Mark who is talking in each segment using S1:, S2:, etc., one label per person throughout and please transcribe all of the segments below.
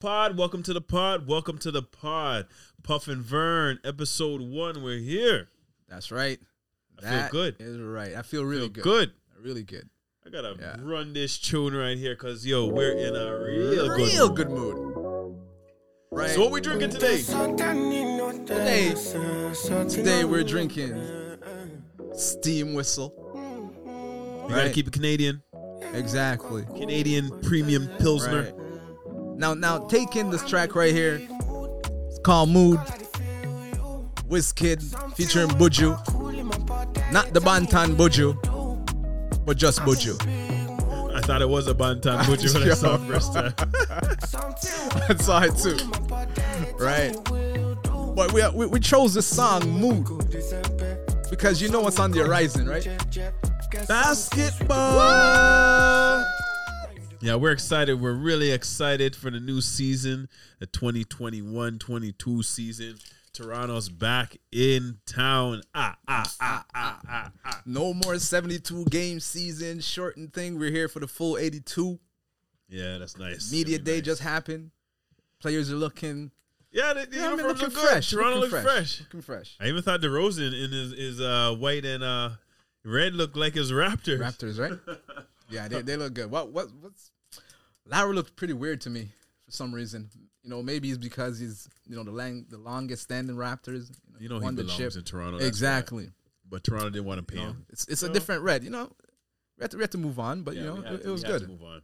S1: pod. Welcome to the pod. Welcome to the pod. Puff and Vern, episode one. We're here.
S2: That's right.
S1: I feel good.
S2: Is right. I feel really
S1: Feel
S2: good.
S1: good.
S2: Really good.
S1: I gotta
S2: Yeah.
S1: run this tune right here because yo, we're in a real good.
S2: Real good mood. Right.
S1: So what we drinking today?
S2: today, today we're drinking steam whistle.
S1: You gotta
S2: Right.
S1: keep it Canadian.
S2: Exactly.
S1: Canadian premium pilsner.
S2: Right. Now, now take in this track right here. It's called Mood. Wizkid featuring Buju. Not the Bantan Buju, but just Buju.
S1: I thought it was a Bantan Buju when I saw it
S2: Yo.
S1: first uh, time.
S2: I saw it too. Right. But we, we, we chose this song, Mood, because you know what's on the horizon, right? Basketball!
S1: Yeah, we're excited. We're really excited for the new season, the 2021 22 season. Toronto's back in town. Ah, ah, ah, ah, ah, ah.
S2: No more 72 game season, shortened thing. We're here for the full 82.
S1: Yeah, that's nice.
S2: Media
S1: Really
S2: day
S1: nice.
S2: just happened. Players are looking,
S1: Yeah, the, the
S2: yeah, I mean,
S1: uniforms
S2: looking
S1: look good.
S2: fresh.
S1: Toronto
S2: looking
S1: look
S2: fresh,
S1: fresh.
S2: Looking fresh.
S1: I even thought DeRozan in his, his uh, white and uh, red looked like his Raptors.
S2: Raptors, right? yeah, they, they look good. What what what's Lowry looked pretty weird to me for some reason. You know, maybe it's because he's you know the lang- the longest standing Raptors.
S1: You know he
S2: won the
S1: belongs
S2: chip.
S1: in Toronto. that's
S2: Exactly.
S1: why. But Toronto didn't want to pay him.
S2: It's it's
S1: So-
S2: a different red. You know, we had to we had to move on, but you
S1: Yeah,
S2: know
S1: we have
S2: it,
S1: to-
S2: it was
S1: we have to
S2: good.
S1: Move on.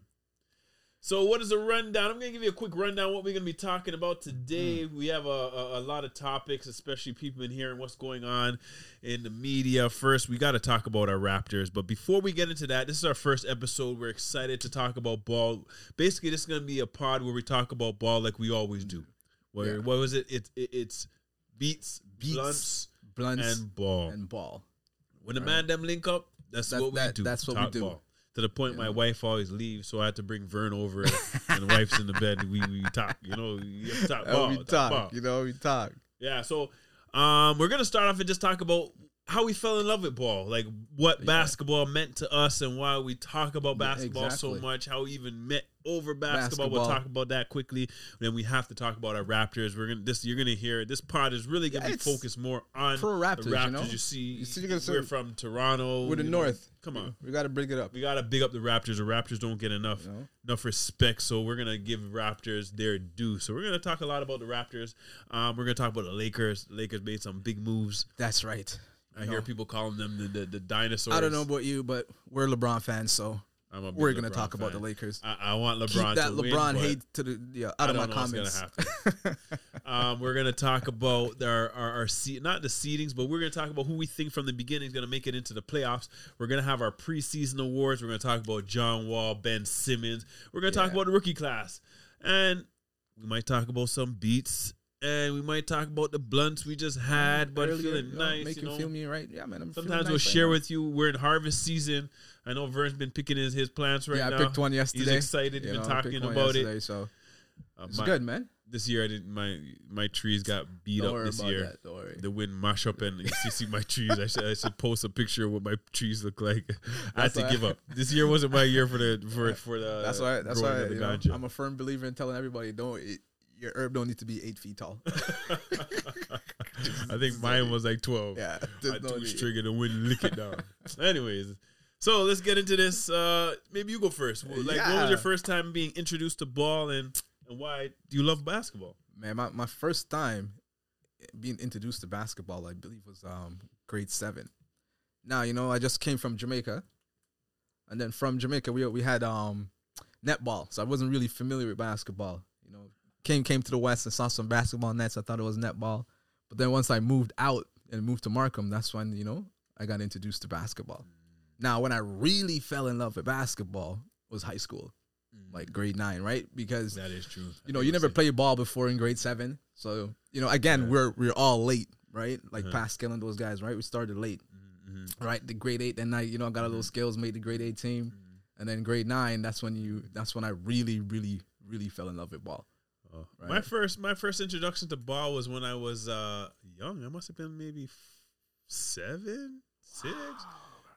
S1: So, what is a rundown? I'm gonna give you a quick rundown. What we're gonna be talking about today?
S2: Hmm.
S1: We have a, a, a lot of topics, especially people in here and what's going on in the media. First, we got to talk about our Raptors. But before we get into that, this is our first episode. We're excited to talk about ball. Basically, this is gonna be a pod where we talk about ball like we always do. Where
S2: Yeah.
S1: what was it? It, it it's beats,
S2: Beats,
S1: blunts,
S2: Blunts
S1: and ball.
S2: and ball.
S1: When the man them link up, that's
S2: That-
S1: what we
S2: that-
S1: do.
S2: that's what we
S1: Talk
S2: do.
S1: To the point, my wife always leaves, so I had to bring Vern over, and the wife's in the bed. We, we talk, you know, we talk
S2: And
S1: ball,
S2: Uh, we
S1: talk
S2: talk.
S1: ball.
S2: You know, we talk.
S1: Yeah, so um, we're gonna start off and just talk about how we fell in love with ball, like what basketball meant to us, and why we talk about
S2: Yeah,
S1: basketball so
S2: exactly.
S1: much. How we even met over basketball. We'll
S2: Basketball.
S1: talk about that quickly. then we have to talk about our Raptors. We're gonna this. You're gonna hear this pod is really gonna
S2: Yeah,
S1: be
S2: it's
S1: focused more on
S2: pro Raptors,
S1: The
S2: you
S1: Raptors,
S2: know?
S1: you see,
S2: You see, you can- so-
S1: we're from Toronto.
S2: We're the
S1: you know.
S2: North.
S1: Come on.
S2: We got to break it up.
S1: We gotta big up the Raptors. The Raptors don't get enough
S2: No.
S1: enough respect, so we're gonna give Raptors their due. So we're gonna talk a lot about the Raptors. Um, we're gonna talk about the Lakers. Lakers made some big moves.
S2: That's right.
S1: I hear people calling them the the, the dinosaurs.
S2: I don't know about you, but we're LeBron fans, so
S1: I'm a big
S2: we're gonna
S1: LeBron
S2: talk about
S1: fan.
S2: the Lakers.
S1: I, I want LeBron.
S2: Keep that
S1: to win,
S2: LeBron
S1: but
S2: hate to the yeah, out
S1: I
S2: of
S1: don't
S2: my
S1: know
S2: comments.
S1: What's gonna happen. um, we're gonna talk about our our, our seat, not the seedings, but we're gonna talk about who we think from the beginning is gonna make it into the playoffs. We're gonna have our preseason awards. We're gonna talk about John Wall, Ben Simmons. We're gonna talk
S2: Yeah.
S1: about the rookie class, and we might talk about some beats, and we might talk about the blunts we just had, but
S2: Earlier,
S1: feeling
S2: you know,
S1: nice.
S2: Make
S1: you
S2: you,
S1: know?
S2: feel me right. Yeah, man. I'm feeling
S1: Sometimes we'll
S2: nice right
S1: share
S2: now.
S1: with you. We're in harvest season. I know Vern's been picking his, his plants right
S2: yeah,
S1: now.
S2: I picked one yesterday.
S1: He's excited.
S2: You
S1: He's been
S2: know, I
S1: talking
S2: picked one
S1: about it.
S2: yesterday, So
S1: Uh,
S2: it's
S1: my-
S2: good, man.
S1: this year I didn't my my trees got beat
S2: Don't
S1: up
S2: worry
S1: this
S2: about
S1: year.
S2: that. Don't worry.
S1: The wind mash up and you see- see my trees. I should I should post a picture of what my trees look like. I had
S2: That's
S1: to
S2: why-
S1: give up. This year wasn't my year for the for for the
S2: that's why. That's
S1: uh, growing
S2: why.
S1: of the
S2: you know,
S1: ganja.
S2: I'm a firm believer in telling everybody don't. It, your herb don't need to be eight feet tall.
S1: I think mine was like twelve.
S2: yeah,
S1: I
S2: there's no
S1: twitched
S2: need.
S1: trigger and wouldn't lick it down. Anyways, so let's get into this. Uh, maybe you go first. Well, Like, what was
S2: Yeah.
S1: your first time being introduced to ball and and why do you love basketball?
S2: man. My, my first time being introduced to basketball, I believe, was um grade seven. Now you know I just came from Jamaica, and then from Jamaica we we had um netball, so I wasn't really familiar with basketball. You know, came came to the West and saw some basketball nets. I thought it was netball, but then once I moved out and moved to Markham, that's when you know I got introduced to basketball. Now when I really fell in love with basketball was high school, like grade nine, right? Because
S1: That is true. I
S2: you know,
S1: think
S2: you
S1: it's
S2: never
S1: like-
S2: played ball before in grade seven. So, you know, again, we're we're all late, right? Like Pascal and those guys, right? We started late. Right? The grade eight, then I, you know, I got a little skills, made the grade eight team. And then grade nine, that's when you that's when I really, really, really fell in love with ball.
S1: Oh,
S2: Right.
S1: My first my first introduction to ball was when I was uh, young. I must have been maybe f- seven, six.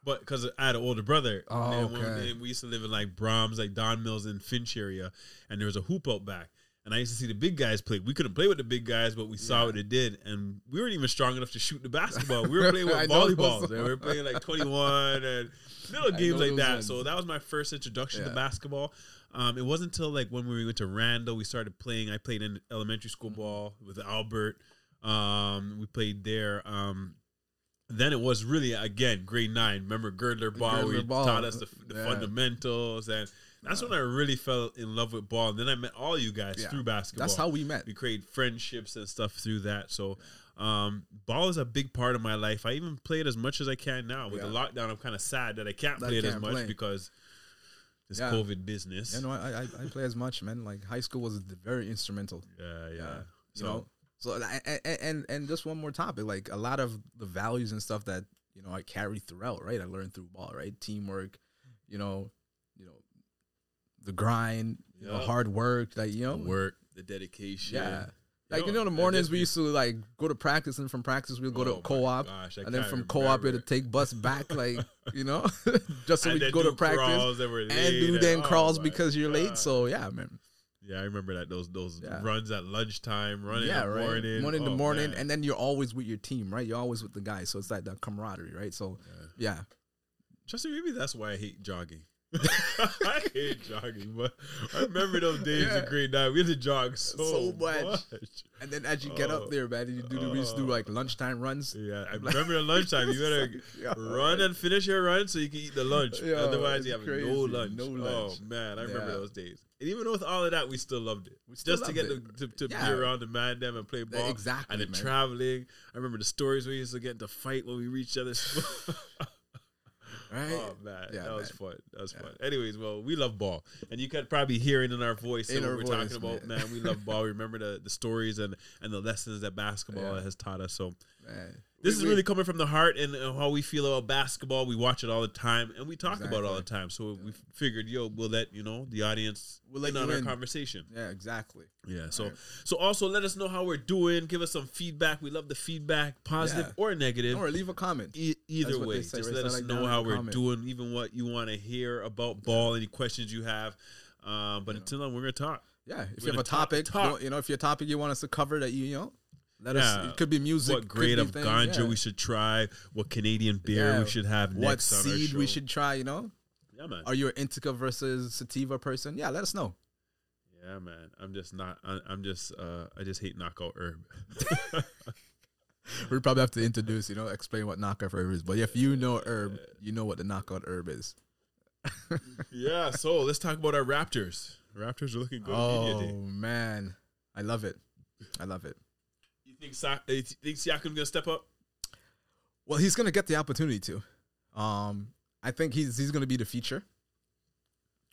S1: But because I had an older brother,
S2: Oh,
S1: and, when-
S2: okay.
S1: and we used to live in like Brahms, like Don Mills and Finch area, and there was a hoop out back. And I used to see the big guys play. We couldn't play with the big guys, but we saw
S2: Yeah.
S1: what it did, and we weren't even strong enough to shoot the basketball. We were playing with
S2: I know those
S1: volleyballs,
S2: ones.
S1: and we were playing like twenty one and little
S2: I
S1: games
S2: know
S1: like
S2: those
S1: that.
S2: ones.
S1: So that was my first introduction to
S2: Yeah.
S1: basketball. Um, it wasn't until like when we went to Randall, we started playing. I played in elementary school
S2: Mm-hmm.
S1: ball with Albert. Um, we played there. Um, then it was really again grade nine. Remember Girdler Ball?
S2: Girdler
S1: we
S2: Ball.
S1: taught us the, the
S2: Yeah.
S1: fundamentals, and that's when I really fell in love with ball. And then I met all you guys
S2: Yeah.
S1: through basketball.
S2: That's how we met.
S1: we create friendships and stuff through that. So, um, ball is a big part of my life. I even play it as much as I can now. With the
S2: Yeah.
S1: lockdown, I'm kind of sad that I can't
S2: That
S1: play it as
S2: can't
S1: much
S2: play.
S1: because this
S2: Yeah.
S1: COVID business.
S2: You know, I, I I play as much, man. Like high school was very instrumental.
S1: yeah, yeah.
S2: Yeah.
S1: So,
S2: you know so and- and and and just one more topic like a lot of the values and stuff that you know i carry throughout right i learned through ball right teamwork you know you know the grind you know
S1: Yeah.
S2: hard work like you know
S1: the work, the dedication. You
S2: yeah like
S1: know,
S2: you know in the
S1: and
S2: mornings
S1: just
S2: we
S1: be-
S2: used to like go to practice and from practice we'd go
S1: Oh
S2: to
S1: my
S2: co-op
S1: gosh, I
S2: and then
S1: can't
S2: from
S1: even
S2: co-op
S1: remember
S2: it'd take bus back like you know just so
S1: And
S2: we
S1: then
S2: could go
S1: do
S2: to practice
S1: crawls and we're
S2: and
S1: late
S2: do then
S1: oh
S2: crawls
S1: my
S2: because you're late
S1: God.
S2: so yeah man
S1: Yeah, I remember that those those
S2: Yeah.
S1: runs at lunchtime, running
S2: yeah,
S1: in the
S2: right.
S1: morning,
S2: One in the
S1: Oh,
S2: morning,
S1: man.
S2: and then you're always with your team, right? You're always with the guys, so it's like that camaraderie, right? So
S1: Yeah.
S2: yeah,
S1: Trust me, maybe that's why I hate jogging. I hate jogging, but I remember those days in
S2: Yeah.
S1: grade nine. We had to jog so,
S2: So
S1: much.
S2: much. and then as you get
S1: Oh.
S2: up there, man, you do the, we used to do like lunchtime runs.
S1: Yeah, I remember at lunchtime you better
S2: Yeah.
S1: run and finish your run so you can eat the lunch.
S2: Yo,
S1: Otherwise,
S2: it's
S1: you have
S2: crazy.
S1: no lunch.
S2: No lunch.
S1: Oh man, I remember
S2: Yeah.
S1: those days. And even with all of that, we still loved it.
S2: still
S1: Just to get
S2: loved
S1: to, to, to
S2: Yeah.
S1: be around the man them and play ball.
S2: exactly,
S1: And then
S2: man.
S1: traveling. I remember the stories we used to get into fight when we reached other.
S2: right?
S1: Oh man,
S2: Eh, Yeah,
S1: that was
S2: man.
S1: fun. That was fun. Anyways, well, we love ball, and you could probably hear it in our voice
S2: In
S1: and what
S2: our
S1: we're
S2: voice,
S1: talking about. Man.
S2: man.
S1: we love ball. We remember the, the stories and and the lessons that basketball
S2: Yeah.
S1: has taught us. So
S2: Man.
S1: this
S2: We-
S1: is
S2: we-
S1: really coming from the heart and uh, how we feel about basketball. We watch it all the time, and we talk about it all the
S2: Exactly.
S1: time. So we figured, yo, we'll let you know the audience
S2: We'll let
S1: in
S2: you
S1: on our
S2: in.
S1: conversation.
S2: yeah, exactly.
S1: Yeah. So so also let us know how we're doing. Give us some feedback. We love the feedback, positive
S2: Yeah.
S1: or negative.
S2: Or leave a comment.
S1: E- either
S2: what
S1: way,
S2: they say,
S1: just
S2: right?
S1: let
S2: It's
S1: us
S2: not like down
S1: know
S2: in
S1: how
S2: the
S1: we're
S2: comment.
S1: doing, even what you want to hear about ball, any questions you have. Um, but until then, we're gonna talk.
S2: Yeah, if
S1: we're
S2: you have
S1: gonna
S2: a
S1: talk-
S2: topic,
S1: talk.
S2: you know- you know, if your topic you want us to cover that you, you know, let us.
S1: Yeah.
S2: It could be music.
S1: what grade
S2: could be
S1: of
S2: things,
S1: ganja
S2: yeah.
S1: we should try? What Canadian beer
S2: Yeah.
S1: we should have
S2: What
S1: next? on our
S2: seed
S1: show.
S2: we should try? You know,
S1: Yeah, man.
S2: are you an indica versus sativa person? Yeah, let us know.
S1: Yeah, man. I'm just not. I, I'm just. Uh, I just hate knockout herb.
S2: We probably have to introduce, you know, explain what knockout herb is. But if you know herb, you know what the knockout herb is.
S1: yeah. So let's talk about our Raptors. Raptors are looking good. on
S2: oh
S1: media day.
S2: man, I love it. I love it.
S1: You think Sa- you think Siakam's gonna step up?
S2: Well, he's gonna get the opportunity to. Um, I think he's he's gonna be the feature.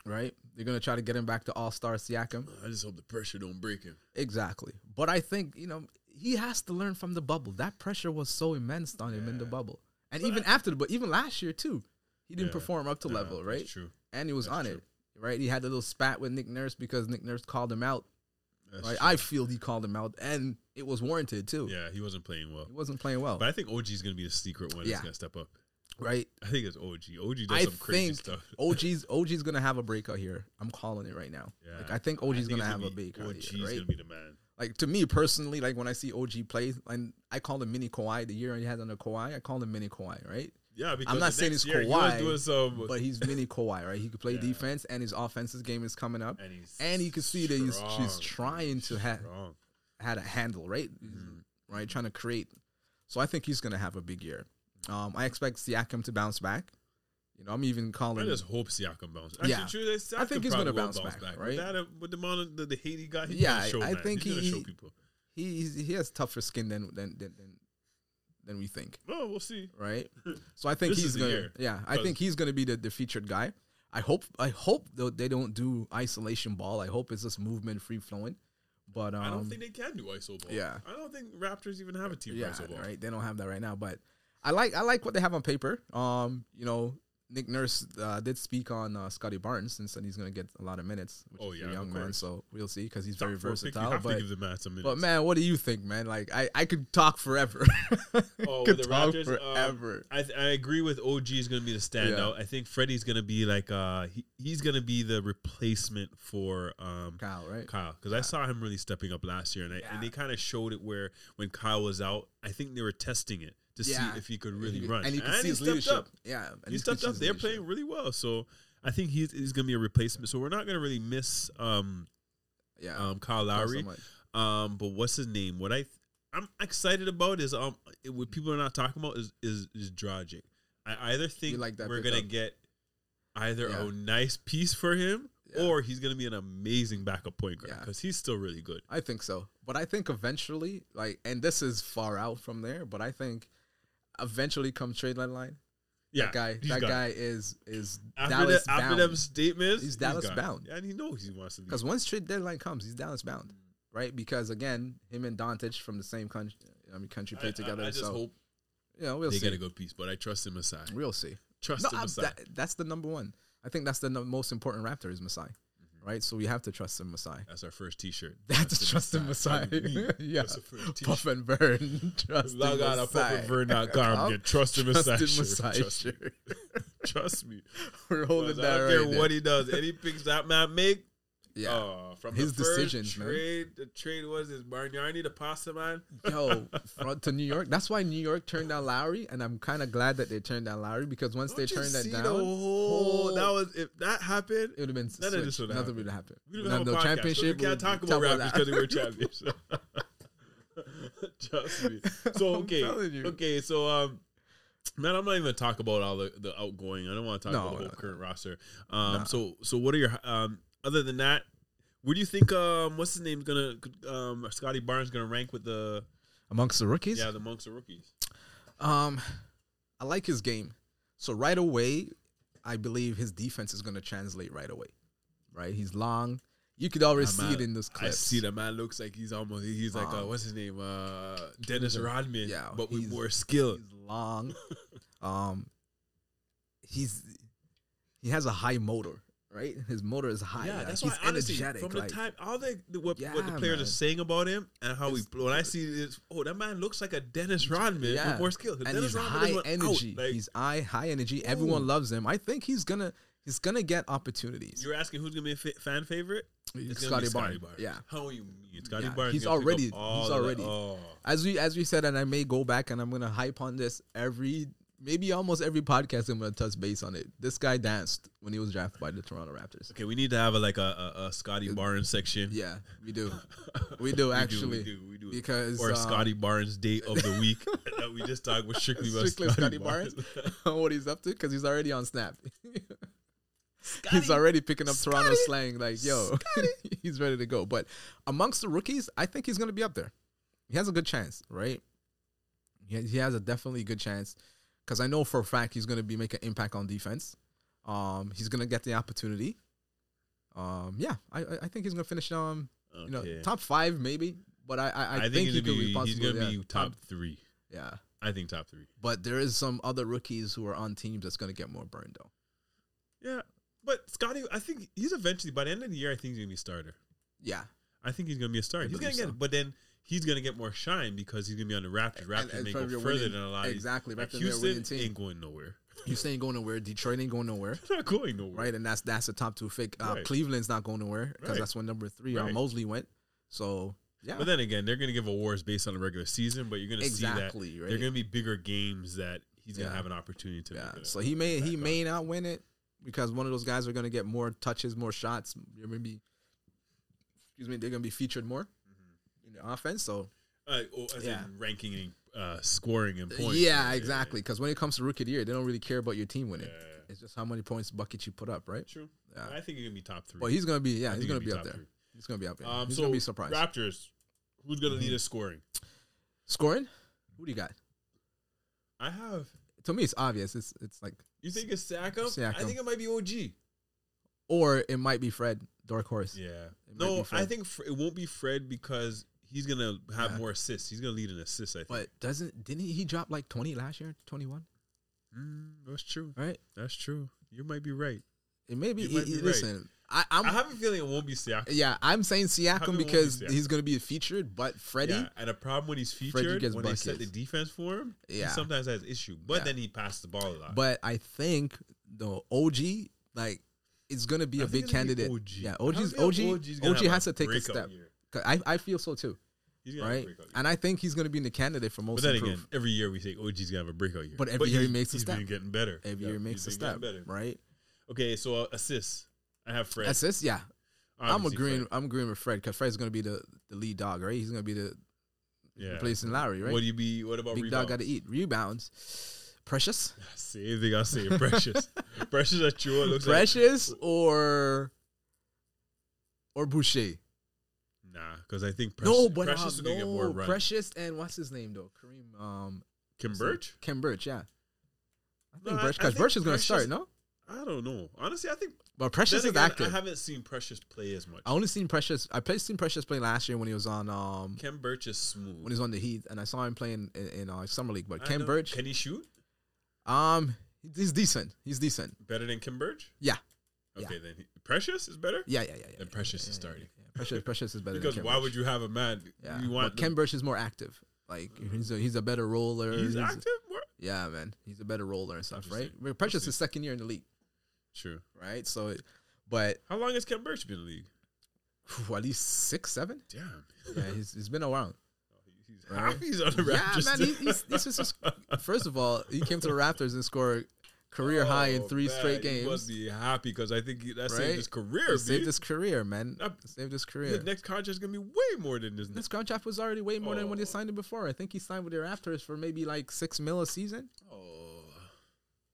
S2: Right, they're gonna try to get him back to All Star Siakam.
S1: I just hope the pressure don't break him.
S2: Exactly, but I think you know he has to learn from the bubble. That pressure was so immense on him in the bubble, and even after the but even last year too, he didn't
S1: Yeah.
S2: perform up to
S1: Nah,
S2: level.
S1: that's
S2: Right,
S1: True.
S2: and he was
S1: That's
S2: on
S1: true.
S2: it. Right, he had a little spat with Nick Nurse because Nick Nurse called him out.
S1: That's
S2: Right,
S1: true.
S2: I feel he called him out, and it was warranted too.
S1: yeah, he wasn't playing well.
S2: He wasn't playing well,
S1: But I think OG's gonna be the secret one that's
S2: Yeah.
S1: gonna step up.
S2: right?
S1: I think it's OG. OG does
S2: I
S1: some crazy
S2: think
S1: stuff.
S2: OG's OG's gonna have a breakout here. I'm calling it right now.
S1: Yeah.
S2: Like I think OG's
S1: I think
S2: gonna
S1: it's
S2: have a
S1: be-
S2: breakout
S1: OG's
S2: here, right?
S1: gonna be the man.
S2: Like to me personally, like when I see OG play, and I call him mini Kawhi. The year he had on the Kawhi, I call him mini Kawhi, right?
S1: Yeah, because
S2: not
S1: the
S2: saying
S1: next
S2: it's
S1: year, he was
S2: Kawhi,
S1: doing some,
S2: But he's mini Kawhi, right? He could play
S1: Yeah.
S2: defense, and his offensive game is coming up,
S1: and he's
S2: and you can see that he's he's
S1: strong.
S2: trying to have
S1: Strong.
S2: had a handle, right?
S1: Mm-hmm.
S2: Right, trying to create. So I think he's gonna have a big year. Um, I expect Siakam to bounce back. You know, I'm even
S1: I
S2: calling.
S1: just hope Siakam bounces. Actually,
S2: Yeah.
S1: true, that Siakam
S2: I think he's gonna
S1: probably will
S2: bounce back,
S1: With,
S2: right?
S1: that, uh, with the amount of the, the hate he got, he's
S2: Yeah,
S1: gonna show,
S2: I
S1: man.
S2: think
S1: he's gonna
S2: he-
S1: show people.
S2: he he's, he has tougher skin than than than than, than we think,
S1: Well, we'll see.
S2: right? So I think
S1: This is
S2: he's
S1: the
S2: gonna
S1: year.
S2: yeah, I think he's gonna be the, the featured guy. I hope I hope though they don't do isolation ball. I hope it's just movement free flowing. But um,
S1: I don't think they can do iso ball.
S2: yeah.
S1: I don't think Raptors even have a team for
S2: yeah,
S1: iso ball.
S2: right. They don't have that right now, but I like I like what they have on paper. Um, you know, Nick Nurse uh, did speak on uh, Scotty Barnes and said he's going to get a lot of minutes. Which
S1: Oh,
S2: is
S1: yeah,
S2: a
S1: of
S2: young man.
S1: course.
S2: So we'll see because he's
S1: Top
S2: very
S1: four pick,
S2: versatile.
S1: You have
S2: but
S1: to give the man some minutes.
S2: but man, what do you think, man? Like I, I could talk forever.
S1: Oh,
S2: could
S1: with the
S2: talk
S1: Raptors, um,
S2: forever.
S1: I, th- I agree with OG is going to be the standout. I think Freddie's going to be like uh he, he's going to be the replacement for um
S2: Kyle, right?
S1: Kyle because I saw him really stepping up last year and I,
S2: Yeah.
S1: and they kind of showed it where when Kyle was out, I think they were testing it to
S2: Yeah.
S1: see if he could really
S2: He-
S1: run.
S2: and you can see his
S1: stepped
S2: leadership.
S1: up.
S2: Yeah, and
S1: He
S2: you can
S1: stepped
S2: see
S1: up.
S2: his
S1: They're
S2: leadership.
S1: playing really well, so I think he's, he's going to be a replacement. So we're not going to really miss um
S2: Yeah,
S1: um Kyle
S2: Not so
S1: Lowry.
S2: much.
S1: Um, but what's his name? What I th- I'm excited about is um it- what people are not talking about is is is Dragic. I either think
S2: like that
S1: we're gonna
S2: pickup?
S1: get either
S2: Yeah.
S1: a nice piece for him
S2: Yeah.
S1: or he's gonna be an amazing backup point guard
S2: Yeah.
S1: because he's still really good.
S2: I think so. But I think eventually, like, and this is far out from there, but I think eventually, come trade line,
S1: Yeah,
S2: that guy,
S1: he's
S2: that
S1: gone.
S2: guy is is
S1: After,
S2: Dallas
S1: the, after
S2: bound.
S1: them statements,
S2: He's Dallas
S1: gone.
S2: bound.
S1: and he knows he wants to leave.
S2: Because once trade deadline comes, he's Dallas bound, right? Because again, him and Dontich from the same country, I mean, country
S1: I, I-
S2: played together.
S1: I just
S2: so
S1: hope
S2: yeah, we'll
S1: they
S2: see.
S1: get a good piece, but I trust him aside.
S2: We'll see.
S1: Trust
S2: No,
S1: him
S2: I'm-
S1: aside.
S2: that, that's the number one. I think that's the no- most important Raptor is Masai,
S1: Mm-hmm.
S2: right? So we have to trust him, Masai.
S1: That's our first T-shirt.
S2: That's trust him, Masai.
S1: Hallelujah.
S2: yeah,
S1: That's the first
S2: puff
S1: T-shirt.
S2: and burn. Trust
S1: Log
S2: him,
S1: out of
S2: Masai.
S1: PuppetVern.com. Get trust him
S2: Trust
S1: aside. shirt.
S2: him, Masai.
S1: Trust me.
S2: shirt.
S1: Trust me.
S2: We're holding
S1: Guys,
S2: that
S1: I don't
S2: right
S1: care
S2: there.
S1: what he does. Any picks that man make,
S2: Yeah.
S1: oh, from
S2: His
S1: the first
S2: decisions, man.
S1: trade, the trade was his Barnyarni to pasta man.
S2: Yo, front to New York. That's why New York turned down Lowry, and I'm kind of glad that they turned down Lowry because once
S1: Don't
S2: they
S1: you
S2: turned that
S1: see
S2: down,
S1: The whole,
S2: whole-
S1: that was if that happened.
S2: it would have been
S1: None of this
S2: switched.
S1: would have
S2: nothing would have happened.
S1: we don't
S2: No-
S1: have
S2: no
S1: a podcast,
S2: championship.
S1: So we can't talk about Raptors because they were champions. Trust me. So
S2: I'm
S1: okay,
S2: telling you.
S1: okay. So um, man, I'm not even gonna talk about all the, the outgoing. I don't want to talk
S2: No,
S1: about the whole
S2: no.
S1: current roster. Um,
S2: Nah.
S1: so so what are your um other than that? Where do you think um what's his name's gonna um Scotty Barnes gonna rank with the
S2: amongst the rookies.
S1: yeah the monks or rookies?
S2: Um, I like his game. So right away, I believe his defense is going to translate right away. Right, he's long. You could already
S1: Nah,
S2: see
S1: man,
S2: it in those
S1: I
S2: clips.
S1: see the man looks like he's almost he's like uh,
S2: Um,
S1: what's his name uh Dennis
S2: he's a-
S1: Rodman
S2: yeah,
S1: but with
S2: he's-
S1: more skill.
S2: He's long. um, he's he has a high motor, right? His motor is high.
S1: Yeah,
S2: like,
S1: that's
S2: he's
S1: why honestly,
S2: energetic.
S1: from the
S2: like,
S1: time all the, the what, what the
S2: Yeah,
S1: players are
S2: man.
S1: saying about him and how he
S2: It's-
S1: when I see this, oh that man looks like a Dennis Rodman
S2: Yeah.
S1: with more skill.
S2: and
S1: Dennis
S2: he's
S1: Rodman
S2: high
S1: just went out,
S2: energy.
S1: like,
S2: he's high, high energy. Everyone loves him. I think he's gonna he's gonna get opportunities.
S1: you're asking who's gonna be a fa- fan favorite? It's gonna
S2: Scotty
S1: be
S2: Barnes. Yeah.
S1: How you mean Scotty
S2: Yeah,
S1: Barnes?
S2: he's
S1: gonna pick up
S2: already- he's
S1: all of that-
S2: already-
S1: oh.
S2: As we as we said, and I may go back and I'm gonna hype on this every maybe almost every podcast I'm gonna touch base on it. This guy danced when he was drafted by the Toronto Raptors.
S1: Okay, we need to have a, like a, a, a Scotty Barnes section.
S2: Yeah, we do. We do actually.
S1: we do, we do.
S2: Because
S1: or a
S2: uh,
S1: Scotty Barnes date of the week that we just talked was strictly about
S2: strictly Scotty Barnes. what he's up to because he's already on Snap. he's already picking up Toronto
S1: Scotty.
S2: slang. Like, yo, he's ready to go. But amongst the rookies, I think he's going to be up there. He has a good chance, right? He he has a definitely good chance because I know for a fact he's going to be making impact on defense. Um, he's going to get the opportunity. Um, yeah, I, I I think he's going to finish um, you know,
S1: Okay.
S2: top five maybe. But I, I, I,
S1: I
S2: think,
S1: think,
S2: he
S1: he's
S2: could
S1: gonna
S2: be
S1: be, he's
S2: possible.
S1: gonna
S2: Yeah,
S1: be top three.
S2: yeah.
S1: I think top three.
S2: But there is some other rookies who are on teams that's going to get more burned though.
S1: Yeah, but Scotty, I think he's eventually by the end of the year. I think he's gonna be a starter.
S2: Yeah,
S1: I think he's gonna be a starter.
S2: I
S1: He's gonna
S2: believe
S1: get,
S2: so.
S1: but then he's gonna get more shine because he's gonna be on the Raptors. Raptors
S2: and
S1: may
S2: probably
S1: go
S2: a
S1: further
S2: winning-
S1: than a lot. of these-
S2: exactly,
S1: Like
S2: Raptors may be a winning
S1: Houston
S2: team.
S1: ain't going nowhere.
S2: Houston ain't going nowhere. Detroit ain't going nowhere,
S1: They're not going nowhere.
S2: right? And that's that's the top two fake. Uh,
S1: Right.
S2: Cleveland's not going nowhere because
S1: Right.
S2: that's when number three uh,
S1: Right.
S2: Mosley went. So yeah,
S1: But then again, they're gonna give awards based on the regular season. But you're gonna see that
S2: exactly
S1: they're
S2: right.
S1: gonna be bigger games that he's gonna
S2: Yeah.
S1: have an opportunity to.
S2: yeah.
S1: make it
S2: So
S1: up.
S2: he may he
S1: back
S2: may not win it because one of those guys are going to get more touches, more shots. They're going to be, excuse me, they're going to be featured more
S1: Mm-hmm.
S2: in the offense. So
S1: uh, oh, as
S2: Yeah.
S1: in ranking and uh, scoring and points.
S2: yeah, exactly. Because when it comes to rookie of the year, they don't really care about your team winning.
S1: Yeah, yeah, yeah.
S2: It's just how many points bucket you put up, right?
S1: True.
S2: Yeah.
S1: I think he's gonna be top three.
S2: But he's gonna be
S1: I
S2: yeah, he's
S1: think
S2: gonna
S1: he'll
S2: be up
S1: top
S2: there.
S1: three.
S2: He's gonna be up there.
S1: Um,
S2: he's
S1: so
S2: gonna be surprised. Mm-hmm.
S1: Raptors, who's gonna lead us scoring?
S2: Scoring? Who do you got?
S1: I have.
S2: To me, it's obvious. It's it's like
S1: You think it's Siakam? I
S2: Siakam.
S1: think it might be OG.
S2: or it might be Fred dark horse.
S1: Yeah.
S2: It might be
S1: No, I
S2: Fred.
S1: think Fr- it won't be Fred because he's gonna have
S2: Yeah.
S1: more assists. He's gonna lead an assist. I think.
S2: But doesn't didn't he drop like twenty last year? Twenty one?
S1: Mm, that's true.
S2: right?
S1: That's true. You might be right.
S2: It may be.
S1: You might be
S2: it- it-
S1: right.
S2: listen, I, I'm.
S1: i have a feeling it won't be Siakam.
S2: yeah, I'm saying
S1: How come
S2: Siakam
S1: it won't be
S2: because
S1: Siakam?
S2: he's going to be featured, but Freddie,
S1: Yeah, and a problem when he's
S2: Freddy
S1: featured
S2: gets
S1: when they set the
S2: buckets.
S1: defense for him.
S2: Yeah.
S1: he sometimes has issue, but
S2: Yeah.
S1: then he passes the ball a lot.
S2: but I think the OG like is going to be
S1: I
S2: a
S1: think
S2: big
S1: it's gonna be
S2: candidate.
S1: OG.
S2: Yeah,
S1: I
S2: OG's
S1: feel
S2: OG.
S1: OG's gonna
S2: OG
S1: have
S2: has
S1: a
S2: to take a
S1: breakout
S2: step.
S1: year.
S2: 'Cause I I feel so too,
S1: He's gonna have a
S2: right?
S1: breakout year.
S2: And I think he's going to be in the candidate for
S1: But
S2: most
S1: then
S2: improved.
S1: again, every year we say OG's gonna have a breakout year.
S2: But every year he
S1: he's-
S2: makes a
S1: he's
S2: step.
S1: been getting better.
S2: Every
S1: Yeah,
S2: year makes a
S1: he's been
S2: step,
S1: getting Better.
S2: right?
S1: Okay, so uh, assists. I have Fred.
S2: Assists, yeah. I'm
S1: Obviously
S2: agreeing.
S1: Fred.
S2: I'm agreeing with Fred because Fred's going to be the, the lead dog, right? He's going to be the
S1: Yeah.
S2: replacing Larry, right?
S1: What do you be? What about
S2: Big
S1: rebound?
S2: dog got to eat rebounds. Precious,
S1: Same thing I say. Precious. Precious at true. It looks
S2: precious, or or Boucher.
S1: like nah, because I think Precious,
S2: No, but
S1: Precious
S2: um,
S1: is gonna get more
S2: no,
S1: run.
S2: Precious and what's his name though? Kareem. Um,
S1: Can Birch?
S2: Ken Birch, yeah. I
S1: No,
S2: think
S1: I-
S2: Birch
S1: I
S2: because
S1: think
S2: Birch is going to
S1: Precious-
S2: start, no?
S1: I don't know. Honestly, I think
S2: But Precious
S1: then
S2: is
S1: again, I
S2: active. Oh. I,
S1: haven't seen Precious play as much.
S2: only seen Precious. I played seen Precious play last year when he was on um
S1: Ken Birch is
S2: when he
S1: smooth.
S2: was on the Heat, and I saw him playing in, in uh, summer league. But
S1: I
S2: Ken
S1: know.
S2: Birch,
S1: Can he shoot
S2: um, he's decent. He's decent.
S1: better than Ken Birch?
S2: Yeah.
S1: Okay, then he, Precious is better.
S2: Yeah, yeah, yeah. yeah
S1: Then Precious
S2: yeah,
S1: is
S2: yeah,
S1: starting.
S2: yeah. Precious, Precious is better.
S1: Because
S2: than Ken
S1: why
S2: Birch.
S1: would you have a man?
S2: Yeah,
S1: You want
S2: but Ken Birch is more active. Like he's a, he's a better roller.
S1: he's active. What?
S2: Yeah, man, he's a better roller and stuff, right?
S1: Interesting.
S2: Precious
S1: Interesting.
S2: is second year in the league,
S1: True.
S2: right? So, it, but
S1: How long has Ken Birch been in the league?
S2: phew, at least six, seven.
S1: Damn.
S2: Yeah, he's, he's been around.
S1: He's
S2: Right.
S1: half he's on the
S2: Yeah,
S1: Raptors.
S2: man. He, he's, he's just, first of all, he came to the Raptors and scored career high in
S1: Oh,
S2: three
S1: man,
S2: straight
S1: He must
S2: games.
S1: be happy because I think he, that saved
S2: Right?
S1: his career.
S2: He
S1: B.
S2: saved his career, man.
S1: That-
S2: He saved his
S1: His
S2: career.
S1: next contract's gonna be way more than this.
S2: This contract was already way more than when
S1: Oh.
S2: he signed it before. I think he signed with the Raptors for maybe like six mil a season.
S1: Oh,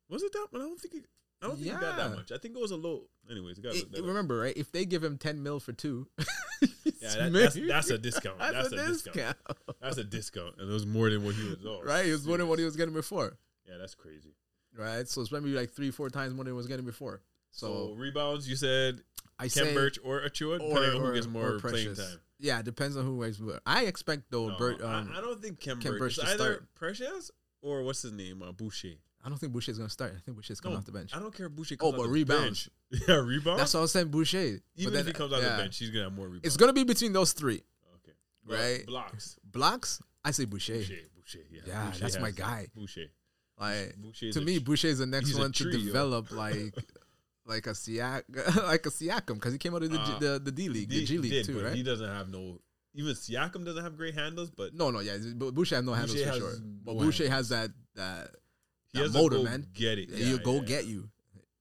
S1: was it that one? I don't think. It, I don't think he got
S2: Yeah.
S1: that much. I think it was a low. Anyways, you gotta
S2: It-
S1: look that up.
S2: remember, right? If they give him ten mil for two,
S1: yeah, that, that's, that's a discount. That's,
S2: that's
S1: a, discount. That's a discount, and it was more than what he was. Oh,
S2: right? He was more than what he
S1: serious.
S2: was getting before,
S1: Yeah, that's crazy.
S2: right? So it's maybe like three, four times more than he was getting before.
S1: So,
S2: So,
S1: Oh, rebounds, you said
S2: I
S1: Ken
S2: say
S1: Birch or Achua,
S2: or,
S1: depending on
S2: or,
S1: who gets more
S2: or
S1: playing
S2: Precious.
S1: time.
S2: Yeah, depends on who wakes up. I expect though,
S1: No,
S2: Bert.
S1: I-
S2: Um,
S1: I, don't think Ken,
S2: Ken
S1: Birch, is
S2: Birch to
S1: either
S2: start.
S1: Precious or what's his name, uh, Boucher.
S2: I don't think Boucher's gonna start. I think Boucher's coming
S1: No,
S2: off the bench.
S1: I don't care if Boucher comes
S2: Oh, but
S1: off the
S2: rebounds.
S1: bench. yeah, rebounds.
S2: That's what I was saying, Boucher. But
S1: Even if
S2: then,
S1: he comes out of
S2: yeah.
S1: the bench, he's gonna have more rebounds.
S2: it's gonna be between those three
S1: okay, Well,
S2: right.
S1: Blocks.
S2: blocks. I say Boucher.
S1: Boucher, Boucher, yeah,
S2: Yeah,
S1: Boucher
S2: that's my
S1: has-
S2: guy.
S1: Boucher.
S2: Like
S1: Boucher is
S2: to
S1: a
S2: me,
S1: tr-
S2: Boucher is the next
S1: he's a
S2: one to
S1: trio.
S2: develop like like a Siak like a Siakam because he came out of the
S1: Uh,
S2: G, the, the D league, the
S1: He-
S2: G
S1: he
S2: league
S1: did,
S2: too,
S1: but
S2: right?
S1: He doesn't have no. Even Siakam doesn't have great handles, but
S2: no, no, yeah, but Boucher has no handles
S1: Boucher
S2: for
S1: has
S2: sure. But
S1: one
S2: Boucher has that that,
S1: he
S2: that
S1: has
S2: motor,
S1: to go
S2: man.
S1: get it.
S2: he'll
S1: Yeah,
S2: go
S1: yeah,
S2: get you.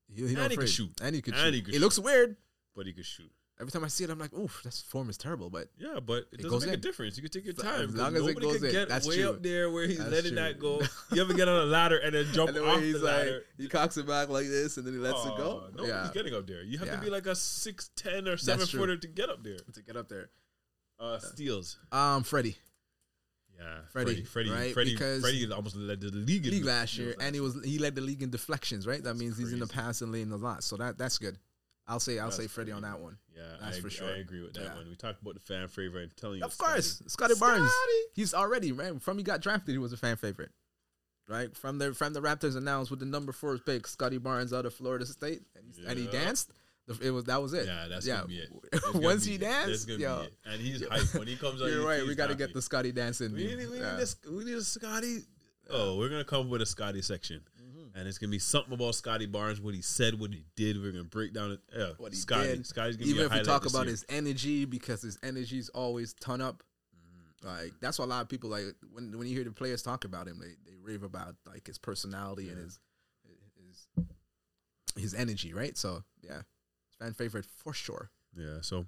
S2: He, he
S1: And
S2: not
S1: he can
S2: afraid.
S1: shoot.
S2: and he can
S1: And
S2: shoot.
S1: he can
S2: it looks weird.
S1: but he could shoot.
S2: Every time I see it, I'm like, oof, that form is terrible. But
S1: Yeah, but it,
S2: It
S1: doesn't
S2: goes
S1: make a
S2: in.
S1: difference. You can take your
S2: So,
S1: time.
S2: as
S1: 'cause
S2: long as it
S1: nobody
S2: goes
S1: can
S2: in.
S1: get
S2: That's
S1: way
S2: true.
S1: up there where he's
S2: That's
S1: letting
S2: true.
S1: that go. you ever get on a ladder and then jump
S2: and the
S1: off
S2: way
S1: the
S2: he's like,
S1: ladder?
S2: he cocks it back like this, and then he lets it go.
S1: Nobody's
S2: yeah,
S1: getting up there. You have to
S2: Yeah.
S1: be like a six ten or seven
S2: true.
S1: footer to get up there.
S2: to get up there.
S1: Uh, steals.
S2: Um, Freddie
S1: Yeah,
S2: Freddie,
S1: Freddie,
S2: right?
S1: Freddie,
S2: Because-
S1: Freddie almost led the league, in
S2: league last
S1: steals
S2: year,
S1: last
S2: and he was he led the league in deflections, right? That
S1: That's
S2: means he's in the
S1: crazy.
S2: passing lane a lot, so that that's good. I'll say I'll
S1: That's
S2: say Freddie on
S1: pretty
S2: that one.
S1: Yeah,
S2: That's
S1: I,
S2: for
S1: ag-
S2: sure.
S1: I agree with that
S2: Yeah.
S1: one. We talked about the fan favorite and telling you,
S2: Of
S1: Scotty.
S2: course, Scotty Barnes.
S1: Scotty!
S2: He's already man. From he got drafted, he was a fan favorite, right? From the from the Raptors announced with the number four pick, Scotty Barnes out of Florida State, and he, and he
S1: Yeah.
S2: danced. The- It was that was it.
S1: Yeah, that's gonna be it. That's gonna
S2: Once
S1: be
S2: he
S1: it. That's
S2: danced,
S1: gonna be
S2: yo,
S1: it. and he's hype when he comes out.
S2: you're
S1: you
S2: right.
S1: see
S2: We
S1: he's
S2: got to
S1: happy.
S2: get the Scotty dancing.
S1: We need, we, need this, we need a Scotty. Oh, we're gonna come up with a Scotty section,
S2: Mm-hmm.
S1: and it's gonna be something about Scotty Barnes, what he said, what he did. We're gonna break down it. Yeah,
S2: what he
S1: Scotty.
S2: did.
S1: Scotty's gonna be
S2: Even
S1: a
S2: if we
S1: highlight
S2: talk
S1: this
S2: about
S1: year.
S2: his energy, because his energy is always ton up. Like that's why a lot of people like when when you hear the players talk about him, they, they rave about like his personality and
S1: Yeah.
S2: his his his energy, right? So yeah, fan favorite for sure.
S1: Yeah, so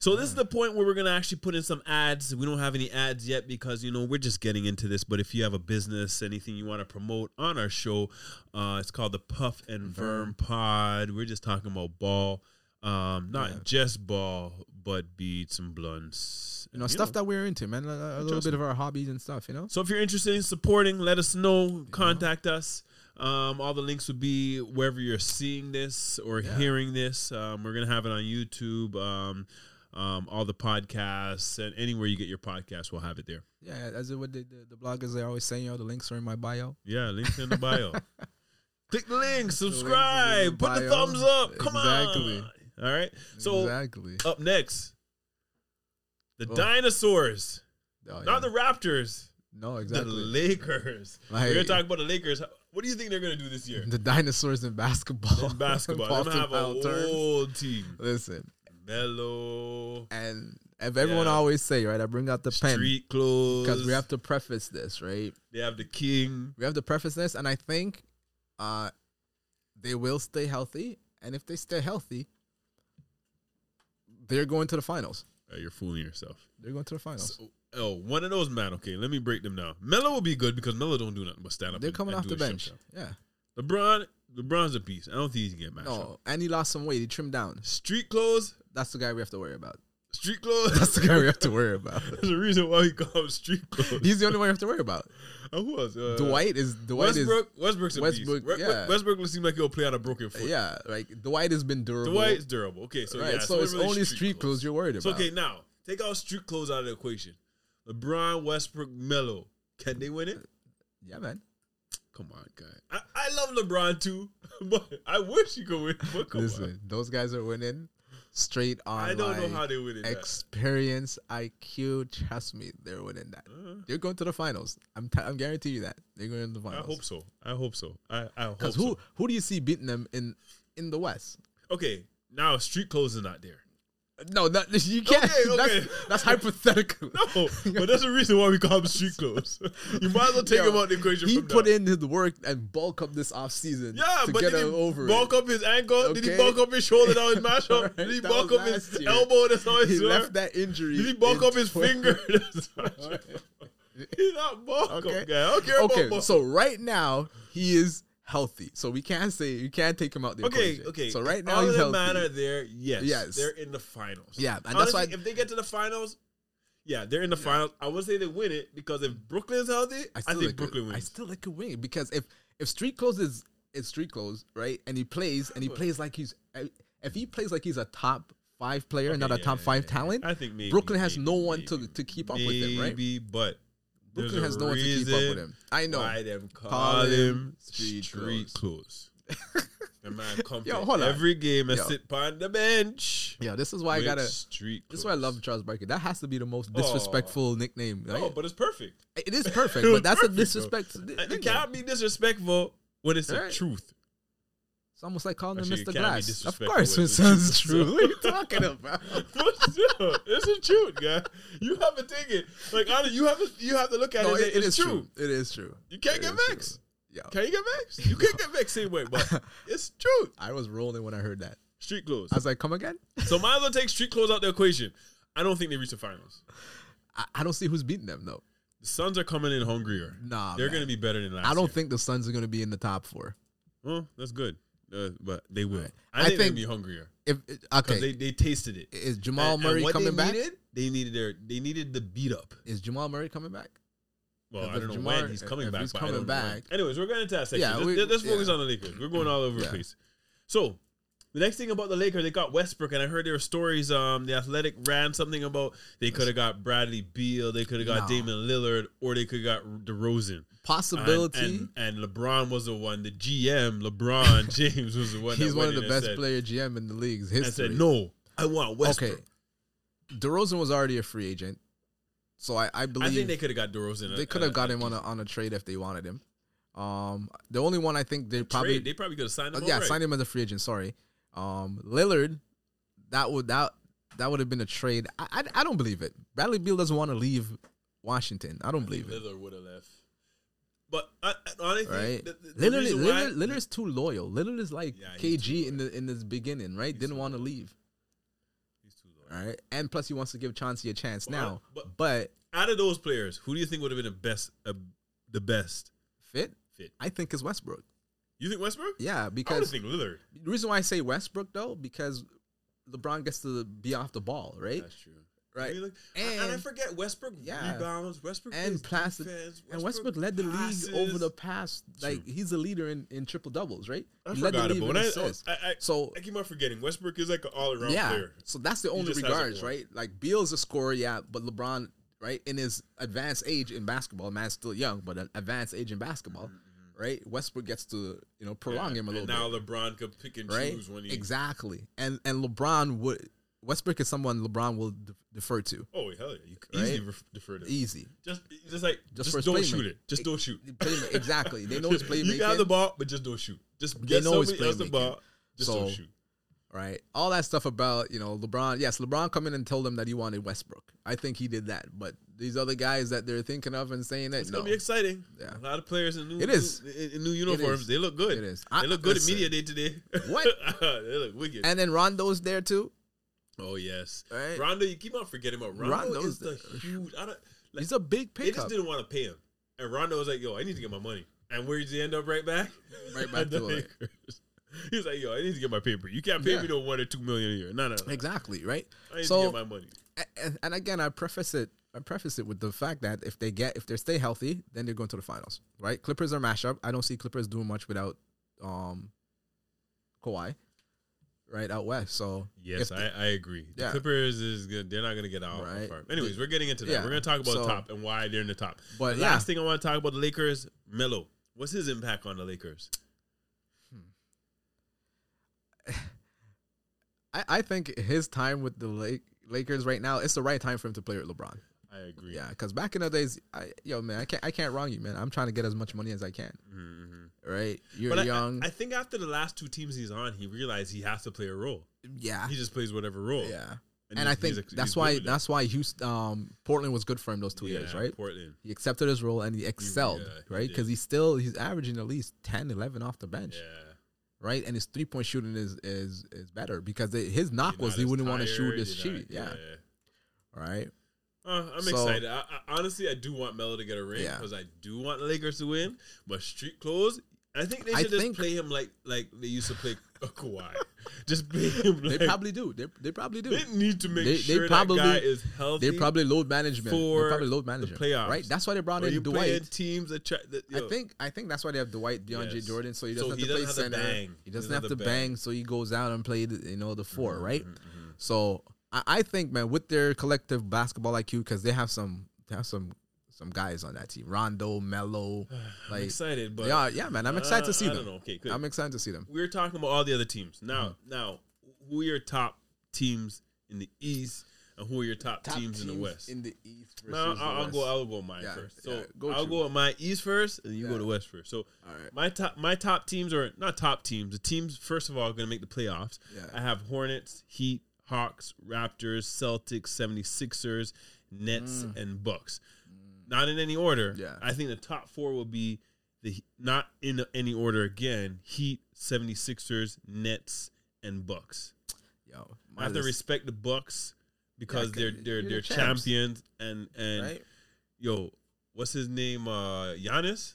S1: so this is the point where we're gonna actually put in some ads. We don't have any ads yet because you know we're just getting into this. But if you have a business, anything you want to promote on our show, uh, it's called the Puff and Verm Pod. We're just talking about ball, um, not
S2: Yeah.
S1: just ball, but beats and blunts,
S2: You know, stuff that we're into, man. A, a little
S1: Trust
S2: bit of our hobbies and stuff, you know.
S1: So if you're interested in supporting, let us know. Contact us. Um, all the links would be wherever you're seeing this or
S2: Yeah.
S1: hearing this. Um, we're gonna have it on YouTube. Um, um, all the podcasts and anywhere you get your podcast, we'll have it there.
S2: Yeah, as it what the, the, the bloggers they always saying, yo, the links are in my bio.
S1: Yeah, links in the bio. Click the link, subscribe, put the thumbs up. Come
S2: Exactly.
S1: on. All right. So uh,
S2: exactly.
S1: up next, the
S2: Oh.
S1: dinosaurs,
S2: Oh,
S1: not
S2: yeah.
S1: the Raptors,
S2: no,
S1: the
S2: exactly.
S1: Lakers. We're
S2: Like-
S1: gonna talk about the Lakers. What do you think they're gonna do this year
S2: The dinosaurs in basketball.
S1: in basketball?
S2: Ball
S1: They're gonna have
S2: foul
S1: a
S2: terms.
S1: whole team.
S2: Listen,
S1: Mellow,
S2: and if everyone
S1: Yeah.
S2: always say, right, I bring out the pen
S1: street clothes.
S2: because we have to preface this, right?
S1: they have the king.
S2: We have to preface this, and I think uh, they will stay healthy, and if they stay healthy, they're going to the finals.
S1: Oh, you're fooling yourself.
S2: They're going to the finals.
S1: So- oh, one of those man. Okay, let me break them down. Melo will be good because Melo don't do nothing but stand up.
S2: they're
S1: and-
S2: coming
S1: and
S2: off
S1: do
S2: the
S1: his
S2: bench.
S1: show.
S2: Yeah.
S1: LeBron, LeBron's a beast. I don't think he can get matched up.
S2: No, and he lost some weight. He trimmed down.
S1: Street clothes,
S2: That's the guy we have to worry about.
S1: street clothes.
S2: That's the guy we have to worry about.
S1: There's a reason why he called him street clothes.
S2: He's the only one we have to worry about.
S1: Uh, who else? Uh,
S2: Dwight is Dwight is
S1: Westbrook. Westbrook's a
S2: Westbrook,
S1: beast. Re-
S2: yeah.
S1: Westbrook will seem like he'll play out a broken foot.
S2: yeah, like Dwight has been durable.
S1: Dwight's durable. Okay, so
S2: right,
S1: yeah,
S2: so it's
S1: really
S2: only street clothes. you're worried about.
S1: So okay, now take out street clothes out of the equation. LeBron, Westbrook, Melo. Can they win it?
S2: Yeah, man.
S1: Come on, guy. I, I love LeBron too, but I wish he could win. But come
S2: Listen,
S1: on.
S2: those guys are winning straight on.
S1: I don't know
S2: like,
S1: how they win it. that.
S2: experience, IQ. Trust me, they're winning that.
S1: Uh,
S2: They're going to the finals. I'm t- I'm guarantee you that they're going to the
S1: I
S2: finals.
S1: hope so. I hope so. I, I hope
S2: Because
S1: so.
S2: who who do you see beating them in in the West?
S1: Okay, now street clothes are not there.
S2: No, that, you can't.
S1: Okay, okay.
S2: That's, that's hypothetical.
S1: No, but that's the reason why we call them street clothes. You might as well take
S2: Yo,
S1: him out the equation.
S2: He
S1: from
S2: put
S1: now.
S2: in his work and bulk up this offseason
S1: Yeah,
S2: to
S1: but
S2: get
S1: did he
S2: him over
S1: bulk
S2: it.
S1: up his ankle? Did he
S2: Okay.
S1: bulk up his shoulder? That was mashup.
S2: Right,
S1: Did he
S2: that
S1: bulk
S2: was
S1: up his
S2: last year.
S1: elbow? That's how
S2: He
S1: he
S2: left that injury.
S1: Did he bulk
S2: in
S1: up his
S2: 20
S1: finger? That's mashup. He's not bulk
S2: Okay.
S1: up guy. I don't care about
S2: Okay,
S1: bulk.
S2: so right now he is healthy. So we can't say you can't take him out the
S1: okay,
S2: equation.
S1: okay.
S2: So right now
S1: all
S2: he's
S1: the
S2: healthy.
S1: man are there. Yes,
S2: Yes.
S1: they're in the finals.
S2: Yeah, and
S1: Honestly,
S2: that's why
S1: if they get to the finals, yeah, they're in the finals. I would say they win it because if Brooklyn's healthy, I,
S2: still
S1: think
S2: like
S1: Brooklyn
S2: it. I
S1: wins.
S2: still like a win because if if street clothes is is street clothes, right? And he plays and he plays like he's if he plays like he's a top five player, not a
S1: yeah,
S2: top
S1: yeah,
S2: five
S1: yeah.
S2: talent.
S1: I think maybe
S2: Brooklyn has
S1: maybe,
S2: no one
S1: maybe,
S2: to to keep up with him, right?
S1: Maybe, but there's
S2: Brooklyn
S1: a
S2: has no one to keep up with
S1: reason
S2: him. I know.
S1: Why them call,
S2: Call
S1: him
S2: him
S1: street,
S2: street
S1: clothes? the man come
S2: Yo,
S1: play
S2: hold on.
S1: every game and
S2: Yo.
S1: sit on the bench.
S2: Yeah, this is why I
S1: with
S2: gotta.
S1: street.
S2: This is why I love Charles Barkley. That has to be the most disrespectful nickname.
S1: clothes.
S2: Right?
S1: Oh, but it's perfect.
S2: it is perfect,
S1: It was
S2: but that's
S1: perfect,
S2: a
S1: bro.
S2: disrespect.
S1: And It
S2: nickname.
S1: can't be disrespectful when it's the
S2: Right.
S1: truth.
S2: It's almost like calling him
S1: Actually, it
S2: Mr.
S1: can't be
S2: Glass. Of
S1: disrespectful
S2: course,
S1: when
S2: it
S1: it's
S2: sounds
S1: just-
S2: true. What are you talking about?
S1: What's up? It's the truth, guy. You have to take it. Like honestly, you have to you have to look at
S2: No,
S1: it.
S2: it- it
S1: it's
S2: is
S1: true.
S2: true. It is true.
S1: You can't
S2: It
S1: get
S2: is true.
S1: vexed.
S2: Yeah.
S1: Can you get vexed? You can't get vexed anyway, but it's true.
S2: I was rolling when I heard that.
S1: Street clothes.
S2: I was like, come again?
S1: So might as well take street clothes out the equation. I don't think they reach the finals.
S2: I, I don't see who's beating them, though.
S1: The Suns are coming in hungrier.
S2: Nah,
S1: They're
S2: man.
S1: going to be better than last.
S2: I
S1: year.
S2: don't think the Suns are going to be in the top four.
S1: Well, that's good, uh, but they will. I,
S2: I
S1: think,
S2: think-
S1: they'll be hungrier
S2: If
S1: because
S2: Okay.
S1: they, they tasted it.
S2: is
S1: And-
S2: Jamal
S1: and
S2: Murray
S1: what
S2: coming
S1: they
S2: back?
S1: Needed, they needed their they needed the beat up.
S2: Is Jamal Murray coming back?
S1: Well,
S2: If
S1: I don't know
S2: Jamar-
S1: when he's coming
S2: if
S1: back.
S2: he's
S1: but I
S2: coming
S1: don't know when.
S2: back-
S1: Anyways, we're going into that section.
S2: Yeah,
S1: let's,
S2: we-
S1: let's focus
S2: yeah.
S1: on the Lakers. We're going all over the
S2: Yeah.
S1: place. So, the next thing about the Lakers, they got Westbrook, and I heard there were stories. Um, the Athletic ran something about they could have got Bradley Beal, they could have got
S2: No.
S1: Damon Lillard, or they could have got DeRozan. And-
S2: Possibility.
S1: And, and, LeBron was the one. The GM, LeBron James, was the one.
S2: he's
S1: that
S2: one
S1: went
S2: of the
S1: in and
S2: best
S1: said-
S2: player GM in the league's
S1: And
S2: history.
S1: said, "No, I want Westbrook."
S2: Okay. DeRozan was already a free agent. So I, I
S1: I
S2: believe
S1: think they could have got DeRozan.
S2: they could have got him on a on a trade if they wanted him. Um, the only one I think they probably
S1: They probably could have signed
S2: uh,
S1: him.
S2: yeah
S1: outright.
S2: signed him as a free agent. Sorry, um, Lillard, that would that that would have been a trade. I, I I don't believe it. Bradley Beal doesn't want to leave Washington. I don't believe it.
S1: Lillard would have left. But I, I honestly,
S2: Right,
S1: the, the, the
S2: Lillard,
S1: reason
S2: Lillard,
S1: why,
S2: Lillard's too loyal. Lillard is like
S1: Yeah, he's
S2: KG in the in his beginning, right? Didn't want to leave,
S1: He's too low.
S2: all right? And plus, he wants to give Chauncey a chance
S1: But-
S2: now.
S1: but-
S2: But,
S1: out of those players, who do you think would have been the best, uh, the best
S2: fit,
S1: fit?
S2: I think is Westbrook.
S1: You think Westbrook?
S2: Yeah,
S1: I would
S2: because
S1: think Lillard.
S2: The reason why I say Westbrook though, because LeBron gets to be off the ball, right?
S1: That's true. I
S2: right?
S1: mean, like, and, and I
S2: And-
S1: forget Westbrook
S2: Yeah.
S1: rebounds, Westbrook
S2: And
S1: plays
S2: plastic-
S1: defense,
S2: And Westbrook led the league over
S1: passes.
S2: the past. Like he's the leader in, in triple doubles, right?
S1: I
S2: He led
S1: forgot
S2: the
S1: it,
S2: league
S1: but
S2: in
S1: when I,
S2: assists.
S1: I, I,
S2: So
S1: I keep on forgetting. Westbrook is like an all around
S2: yeah,
S1: player.
S2: so that's the only
S1: just hasn't
S2: regards,
S1: won.
S2: right? Like Beal's a scorer, yeah, but LeBron, right, in his advanced age in basketball, man's still young, but an advanced age in basketball, right? Westbrook gets to you know prolong him a little
S1: Mm-hmm. and
S2: bit.
S1: now LeBron could pick and
S2: right?
S1: choose when he.
S2: Exactly. And and LeBron would Westbrook is someone LeBron will de- defer to.
S1: Oh hell yeah! You could easily re- defer to
S2: Easy.
S1: just e, just like just,
S2: E- Just for his
S1: don't
S2: playmaking.
S1: shoot it. Just don't shoot.
S2: Playma- exactly. They know he's
S1: You got
S2: playmaking.
S1: the ball, but just don't shoot. Just
S2: They
S1: get
S2: know he's
S1: somebody else the
S2: playmaking.
S1: ball. Just don't
S2: So-
S1: shoot.
S2: right. All that stuff about, you know, LeBron. Yes, LeBron come in and told them that he wanted Westbrook. I think he did that. But these other guys that they're thinking of and saying that
S1: It's
S2: no.
S1: gonna be exciting.
S2: Yeah.
S1: A lot of players in new
S2: It is.
S1: new- in, in new uniforms.
S2: is.
S1: They look good.
S2: It is.
S1: They look good
S2: listen.
S1: at media day today.
S2: What?
S1: they look wicked.
S2: And then Rondo's there too.
S1: oh yes,
S2: Right.
S1: Rondo. You keep on forgetting about Rondo.
S2: Rondo's
S1: is the
S2: there.
S1: huge. I don't, like,
S2: He's a big
S1: they just
S2: pickup.
S1: didn't want to pay him, and Rondo was like, "Yo, I need to get my money." And where did he end up? Right back.
S2: Right back
S1: At the
S2: to it.
S1: Lakers. He was like, "Yo, I need to get my paper. You can't pay
S2: Yeah.
S1: me no one or two million a year. No, no, no.
S2: Exactly, right?
S1: I need
S2: So-
S1: to get my money."
S2: And, and again, I preface it. I preface it with the fact that if they get if they stay healthy, then they're going to the finals, right? Clippers are mashup. I don't see Clippers doing much without um Kawhi, right out west. So
S1: Yes,
S2: if
S1: I, I agree. The
S2: Yeah.
S1: Clippers is good. They're not going to get out.
S2: Right.
S1: Far. Anyways, we're getting into that.
S2: Yeah.
S1: We're going to talk about the
S2: So-
S1: top and why they're in the top.
S2: But
S1: The
S2: yeah,
S1: Last thing I want to talk about the Lakers, Melo. What's his impact on the Lakers?
S2: I, I think his time with the Lake, Lakers right now, it's the right time for him to play with LeBron.
S1: I agree.
S2: Yeah, because back in the days, I, yo man, I can't I can't wrong you, man. I'm trying to get as much money as I can,
S1: hmm
S2: right? You're
S1: But I-
S2: young,
S1: I, I think after the last two teams he's on, he realized he has to play a role.
S2: yeah,
S1: He just plays whatever role.
S2: yeah.
S1: he's-
S2: And I think
S1: he's ex- he's
S2: that's
S1: good
S2: why
S1: with it.
S2: that's why Houston, um, Portland was good for him those two years,
S1: Yeah,
S2: right?
S1: Portland.
S2: he accepted his role and he excelled,
S1: yeah, he
S2: right?
S1: did.
S2: Because he's still he's averaging at least 10, 11 off the bench,
S1: Yeah.
S2: right? And his three point shooting is is is better because they, his knock
S1: You're
S2: was
S1: not
S2: he
S1: as
S2: wouldn't want to
S1: tired,
S2: shoot this
S1: you're
S2: shit,
S1: not-
S2: yeah, right?
S1: Uh, I'm
S2: So-
S1: excited. I, I, honestly, I do want Melo to get a ring
S2: Yeah.
S1: because I do want the Lakers to win. But street clothes, I think they
S2: I
S1: should just
S2: think-
S1: play him like like they used to play Kawhi. just play him
S2: They
S1: like
S2: probably do. They, they probably do.
S1: they need to make
S2: They- they
S1: sure
S2: probably-
S1: that guy is healthy.
S2: They probably load management.
S1: for
S2: They probably load
S1: the
S2: management.
S1: playoffs.
S2: right? That's why they brought
S1: Are you
S2: in
S1: playing
S2: Dwight.
S1: teams that, try, that
S2: I
S1: yo,
S2: think I think that's why they have Dwight, DeAndre
S1: Yes.
S2: Jordan, so he
S1: So
S2: doesn't
S1: he
S2: have to play
S1: doesn't have to
S2: center.
S1: bang.
S2: He doesn't have to bang. so he goes out and play, the, you know, the 4 right?
S1: mhm.
S2: So I, I think, man, with their collective basketball IQ, because they have some, they have some, some guys on that team, Rondo, Mello,
S1: I'm
S2: like,
S1: excited, but
S2: yeah, yeah, man, I'm
S1: Uh,
S2: excited to see
S1: I
S2: them.
S1: don't know. Okay, good.
S2: I'm excited to see them.
S1: we are talking about all the other teams. Now,
S2: Mm-hmm.
S1: now, who are your top teams in the East, and who are your top, teams, in the West?
S2: in the East. Versus
S1: no, I'll,
S2: the
S1: I'll
S2: West.
S1: go. I'll go with mine
S2: Yeah,
S1: first. So
S2: yeah, go
S1: I'll
S2: to-
S1: go with my East first, and you go
S2: Yeah.
S1: to West first. So
S2: All right.
S1: my top, my top teams are not top teams. The teams first of all are going to make the playoffs.
S2: Yeah.
S1: I have Hornets, Heat, Hawks, Raptors, Celtics, 76ers, Nets, and Bucks. Not in any order.
S2: Mm. Yeah.
S1: I think the top four will be the not in any order again. Heat, 76ers, Nets, and Bucks.
S2: Yo,
S1: I
S2: my
S1: have to
S2: list,
S1: respect the Bucks because
S2: 'cause
S1: they're
S2: you're
S1: they're
S2: the
S1: they're
S2: champs.
S1: champions and and
S2: right?
S1: yo, what's his name? Uh Giannis?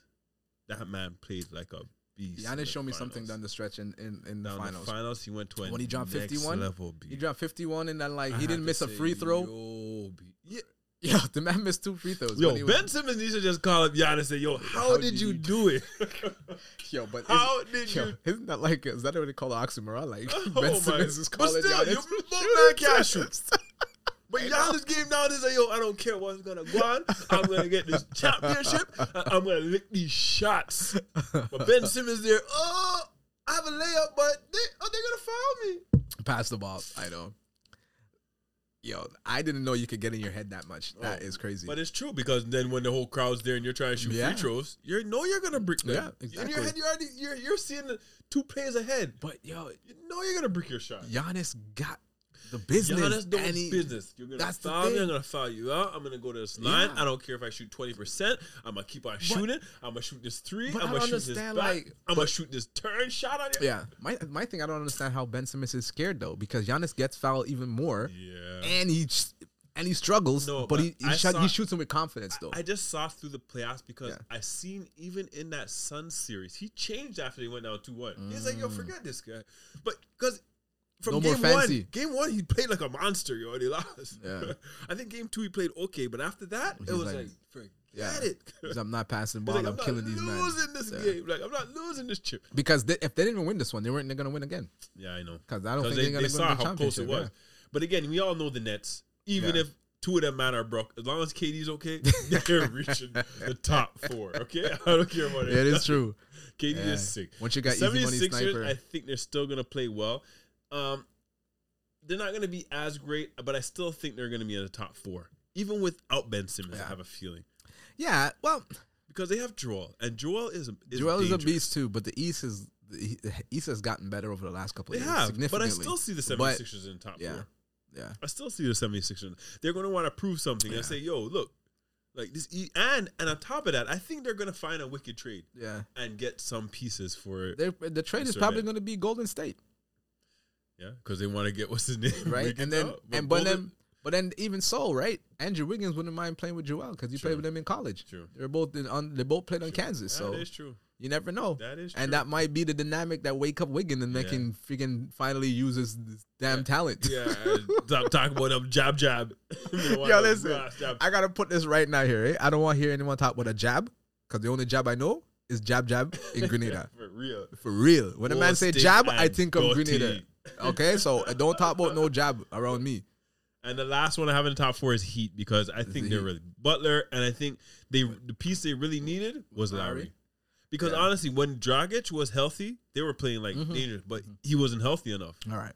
S1: That man played like a beast. in the
S2: Giannis showed me something
S1: finals.
S2: down the stretch in in, in the
S1: Down
S2: finals.
S1: the finals, he went to a
S2: When he dropped
S1: next
S2: 51,
S1: level
S2: He
S1: beat.
S2: dropped 51 and then like
S1: I have
S2: he didn't
S1: to
S2: miss a
S1: say,
S2: free throw.
S1: Yo, be- yeah.
S2: Yo, the man missed two free throws.
S1: Yo,
S2: when he was-
S1: Ben Simmons needs to just call up Giannis and say, "Yo, how, did, you do it?
S2: Yo, but is-
S1: how did
S2: Yo,
S1: you?"
S2: isn't that like is that what they call an oxymoron? Like
S1: Oh
S2: Ben
S1: my-
S2: Simmons is
S1: but
S2: calling
S1: still,
S2: Giannis
S1: you
S2: for
S1: both man
S2: shooting
S1: can't shoot.
S2: attempts.
S1: But Giannis game down and say, "Yo, I don't care what's gonna go on. I'm gonna get this championship. and I'm gonna lick these shots." But Ben Simmons there, oh, I have a layup, but they are they gonna foul me?
S2: Pass the ball. I know. Yo, I didn't know you could get in your head that much. That
S1: Oh,
S2: is crazy.
S1: But it's true because then when the whole crowd's there and you're trying to shoot
S2: Yeah.
S1: free throws, you know you're gonna brick them.
S2: Yeah,
S1: In
S2: exactly.
S1: your head, you're already you're you're seeing the two plays ahead.
S2: But yo,
S1: You know you're gonna brick your shot.
S2: Giannis got the business.
S1: Giannis don't
S2: and he-
S1: business. You're gonna
S2: that's the
S1: foul me. I'm
S2: thing.
S1: gonna foul you out. I'm gonna go to this line.
S2: Yeah.
S1: I don't care if I shoot twenty percent. I'm gonna keep on shooting. I'm gonna shoot this three.
S2: But
S1: I'm
S2: I
S1: gonna
S2: don't
S1: shoot this back.
S2: understand, like-
S1: I'm gonna shoot this turn shot on you.
S2: Yeah. My my thing I don't understand how Ben Simmons is scared though, because Giannis gets fouled even more
S1: Yeah.
S2: and he s- and he struggles,
S1: No,
S2: but,
S1: but
S2: he he,
S1: I
S2: shot,
S1: saw-
S2: he shoots him with confidence though.
S1: I just saw through the playoffs because
S2: Yeah.
S1: I seen even in that Sun series, he changed after they went down two one. He's like, yo, forget this guy, but because From
S2: Mm. No
S1: game
S2: more fancy.
S1: one, game one, he played like a monster. You already lost.
S2: Yeah.
S1: I think game two he played okay, but after that,
S2: He's
S1: it was
S2: like,
S1: like, forget
S2: yeah.
S1: it.
S2: Because I'm not passing the
S1: He's
S2: ball.
S1: like,
S2: I'm, killing
S1: not
S2: these men.
S1: losing this
S2: Yeah.
S1: game. Like I'm not losing this chip.
S2: Because they, if they didn't even win this one, they weren't going to win again.
S1: Yeah, I know.
S2: Because I don't
S1: Because
S2: think
S1: they,
S2: are going
S1: they
S2: to win
S1: saw
S2: the
S1: how
S2: championship.
S1: close it was.
S2: yeah.
S1: But again, we all know the Nets. Even
S2: Yeah.
S1: if two of them man are broke, as long as KD's okay, they're reaching the top four. Okay, I don't care about
S2: Yeah,
S1: it.
S2: it is true.
S1: KD
S2: Yeah.
S1: is sick.
S2: Once you
S1: The
S2: got easy money
S1: 76ers,
S2: sniper,
S1: I think they're still gonna play well. Um, they're not gonna be as great, but I still think they're gonna be in the top four, even without Ben Simmons. I
S2: Yeah.
S1: have a feeling
S2: yeah. Well,
S1: because they have Joel, and Joel is, a- is
S2: Joel is a
S1: dangerous.
S2: beast too, but the East is the the East has gotten better over the last couple
S1: They
S2: of years
S1: have, but I
S2: significantly.
S1: still see the
S2: But-
S1: 76ers in the top
S2: yeah,
S1: four.
S2: yeah,
S1: I still see the 76ers. They're going to want to prove something
S2: Yeah.
S1: and say, yo, look, like this. E- and and on top of that, I think they're going to find a wicked trade
S2: yeah.
S1: and get some pieces for it.
S2: They're, the trade is
S1: Mr.
S2: probably
S1: Met.
S2: going to be Golden State,
S1: Yeah, because they want to get what's his name.
S2: right?
S1: Wiggins
S2: and then
S1: out.
S2: and but
S1: Golden-
S2: then but then even so, right? Andrew Wiggins wouldn't mind playing with Joel because he
S1: True.
S2: played with him in college.
S1: True.
S2: They're both in, on they both played on Kansas, so
S1: That is true.
S2: you never know.
S1: That is true.
S2: and that might be the dynamic that wake up Wiggins and
S1: Yeah.
S2: make him freaking finally use his, his damn talent.
S1: Yeah, stop talking about them jab jab.
S2: Yo, listen,
S1: Jab.
S2: I gotta put this right now here. Eh? I don't want to hear anyone talk about a jab because the only jab I know is jab jab in Grenada.
S1: For real.
S2: For real, when a man
S1: Full
S2: say
S1: stick
S2: jab, I
S1: and
S2: think of
S1: dirty.
S2: Grenada. Okay, so uh, don't talk about no jab around me.
S1: And the last one I have in the top four is Heat because I think
S2: the
S1: they're
S2: Heat.
S1: really Butler, and I think they the piece they really needed was
S2: Lowry.
S1: Lowry. Because
S2: Yeah.
S1: honestly, when Dragic was healthy, they were playing like
S2: Mhm.
S1: dangerous, but he wasn't healthy enough.
S2: All right,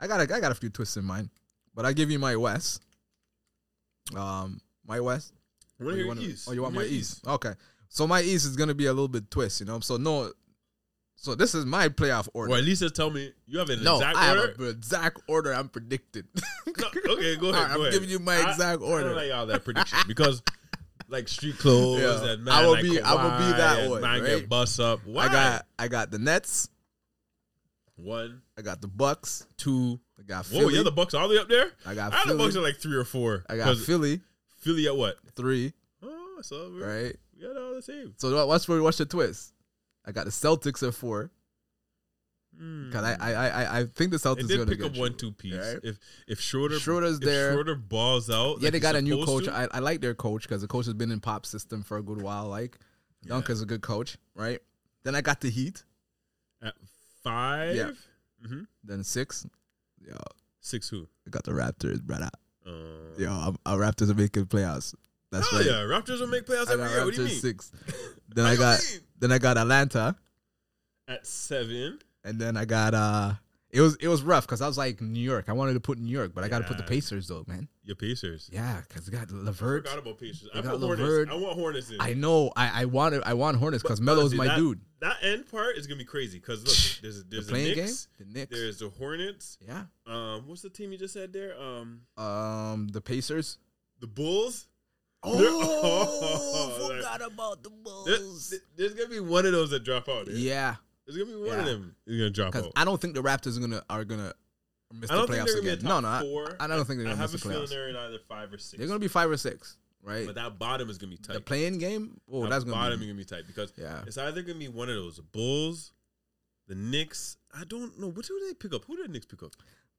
S2: I got a, I got a few twists in mind, but I give you my West. Um, my West.
S1: I wanna
S2: Or
S1: hear
S2: you wanna-
S1: East.
S2: Oh, you want
S1: Give
S2: my
S1: me your
S2: East? Okay, so my East is gonna be a little bit twist, you know. So no, so this is my playoff order.
S1: Or at least just tell me you have an
S2: No,
S1: exact
S2: I
S1: order.
S2: have an exact order I'm predicted.
S1: No, okay, go ahead.
S2: All right,
S1: go
S2: I'm
S1: ahead.
S2: giving you my
S1: I-
S2: exact
S1: I
S2: order.
S1: don't like all that prediction because. Like street clothes
S2: Yeah.
S1: and man, I will be, I will be that one. Man,
S2: right?
S1: get bus up. Why?
S2: I got I got the Nets,
S1: one,
S2: I got the Bucks,
S1: two.
S2: I got
S1: Whoa,
S2: Philly,
S1: yeah, the Bucks all the way up there.
S2: I got
S1: I had the
S2: Philly.
S1: Bucks at like three or four.
S2: I got
S1: 'cause
S2: Philly
S1: Philly at what?
S2: three,
S1: Oh, so we
S2: right?
S1: we got all the same.
S2: So what- what's for what's the twist? I got the Celtics at four because I, I I I think the Celtics
S1: Hmm. It
S2: is
S1: did
S2: gonna
S1: pick
S2: get
S1: up one
S2: Schroeder,
S1: two piece.
S2: right?
S1: If if Schroeder
S2: Schroeder's
S1: if
S2: there.
S1: Schroeder balls out.
S2: Yeah,
S1: like
S2: they
S1: he's
S2: got a new
S1: supposed
S2: coach.
S1: to,
S2: I, I like their coach because the coach has been in pop system for a good while. Like Dunk is a good coach, right? Then I got the Heat,
S1: at five,
S2: Yeah.
S1: Mhm.
S2: then six. Yo,
S1: six who?
S2: I got the Raptors, brother.
S1: Uh,
S2: Yo, our, our Raptors are making playoffs. That's
S1: hell
S2: right.
S1: yeah, Raptors will make playoffs
S2: I
S1: every
S2: got
S1: year. What do you
S2: Raptors
S1: mean?
S2: six.
S1: What
S2: Then I
S1: do you
S2: got
S1: mean?
S2: then I got Atlanta,
S1: at seven.
S2: and then I got uh. It was it was rough because I was like New York. I wanted to put New York, but I got to put the
S1: Yeah.
S2: Pacers though, man.
S1: Your Pacers.
S2: Yeah, because got
S1: I
S2: Levert.
S1: forgot about Pacers.
S2: They
S1: I
S2: got
S1: want Hornets.
S2: LeVert.
S1: I want Hornets in.
S2: I know. I I want I want Hornets because
S1: But
S2: Melo's
S1: honestly,
S2: my
S1: that,
S2: dude.
S1: That end part is gonna be crazy because look, there's
S2: The
S1: there's the,
S2: playing game,
S1: Knicks,
S2: the Knicks.
S1: there's the Hornets.
S2: yeah.
S1: Um, what's the team you just said there? Um,
S2: Um, the Pacers.
S1: the Bulls.
S2: Oh,
S1: like-
S2: forgot about the
S1: There-
S2: Bulls.
S1: there- there's gonna be one of those that drop out. eh?
S2: Yeah,
S1: There's gonna be one of
S2: Yeah.
S1: them is gonna drop
S2: because
S1: out.
S2: I don't think the Raptors are gonna are gonna miss
S1: I don't
S2: the
S1: think
S2: playoffs
S1: they're gonna
S2: again.
S1: be a top
S2: no, no, I-
S1: four.
S2: I, don't think they're
S1: I
S2: gonna
S1: have
S2: miss
S1: a
S2: the
S1: feeling
S2: playoffs.
S1: they're in either five or 6
S2: They're gonna be five or six, right?
S1: but that bottom is gonna be tight.
S2: The playing game. Oh,
S1: that
S2: that's gonna
S1: bottom
S2: be.
S1: is gonna be tight because
S2: Yeah,
S1: it's either gonna be one of those the Bulls, the Knicks. I don't know. What who did they pick up? Who did the Knicks pick up?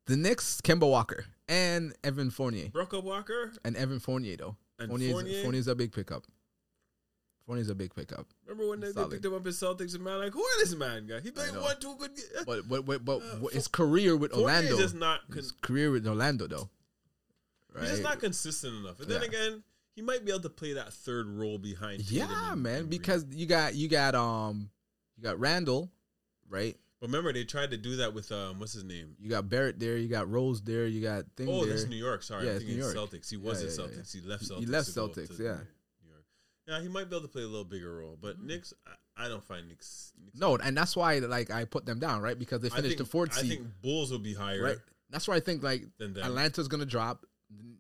S2: the Knicks, Kemba Walker and Evan Fournier
S1: Brock Walker
S2: and Evan Fournier though.
S1: and
S2: Fournier's,
S1: Fournier.
S2: Fournier's a big pickup. Fournier's a big pickup.
S1: Remember when they, they
S2: Solid.
S1: picked him up in Celtics and man like, who is this man guy? He played
S2: know.
S1: one two good. ge-
S2: But but but, but
S1: Uh,
S2: what- his career with
S1: Fournier
S2: Orlando,
S1: is just not. Con-
S2: his career with Orlando though. Right?
S1: He's just not consistent enough. And then
S2: Yeah.
S1: again, he might be able to play that third role behind. Tatum
S2: Yeah,
S1: and-
S2: man,
S1: and
S2: because you got you got um you got Randall, right?
S1: But remember, they tried to do that with um, what's his name?
S2: You got Barrett there, you got Rose there, you got thing
S1: Oh,
S2: there.
S1: that's New York. Sorry,
S2: Yeah,
S1: I'm
S2: it's
S1: thinking
S2: New
S1: it's
S2: York.
S1: Celtics. He
S2: Yeah,
S1: was in
S2: yeah, yeah.
S1: Celtics. He left Celtics.
S2: He left
S1: to go up to
S2: Celtics, yeah. Mm.
S1: New York. Yeah, he might be able to play a little bigger role, but Knicks, I, I don't find Knicks. Knicks
S2: no, and that's why like I put them down, right? Because they
S1: I
S2: finished
S1: think-
S2: the fourth
S1: I
S2: seed,
S1: think Bulls will be higher
S2: right? That's why I think like
S1: than them.
S2: Atlanta's gonna drop,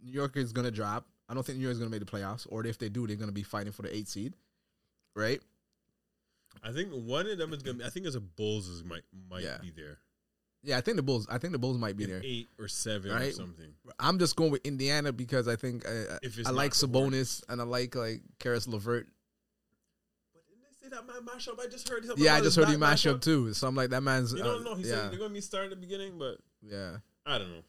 S2: New York is gonna drop. I don't think New York's gonna make the playoffs, or if they do, they're gonna be fighting for the eight seed, right?
S1: I think one of them is gonna. Be, I think it's a Bulls is might might
S2: Yeah.
S1: be there.
S2: Yeah, I think the Bulls. I think the Bulls might be
S1: An
S2: there.
S1: eight or seven or
S2: Right.
S1: something.
S2: I'm just going with Indiana because I think uh, I, I-
S1: If it's
S2: I
S1: not
S2: like
S1: the
S2: Sabonis and I like like Karis Levert.
S1: But didn't they say that man mash up? I just heard something.
S2: Yeah, I
S1: about
S2: just
S1: his
S2: heard he
S1: back
S2: mashed up too. So I'm like, that man's.
S1: You
S2: uh,
S1: don't know. He
S2: yeah,
S1: said they're going to be starting at the beginning, but
S2: yeah.
S1: I don't know.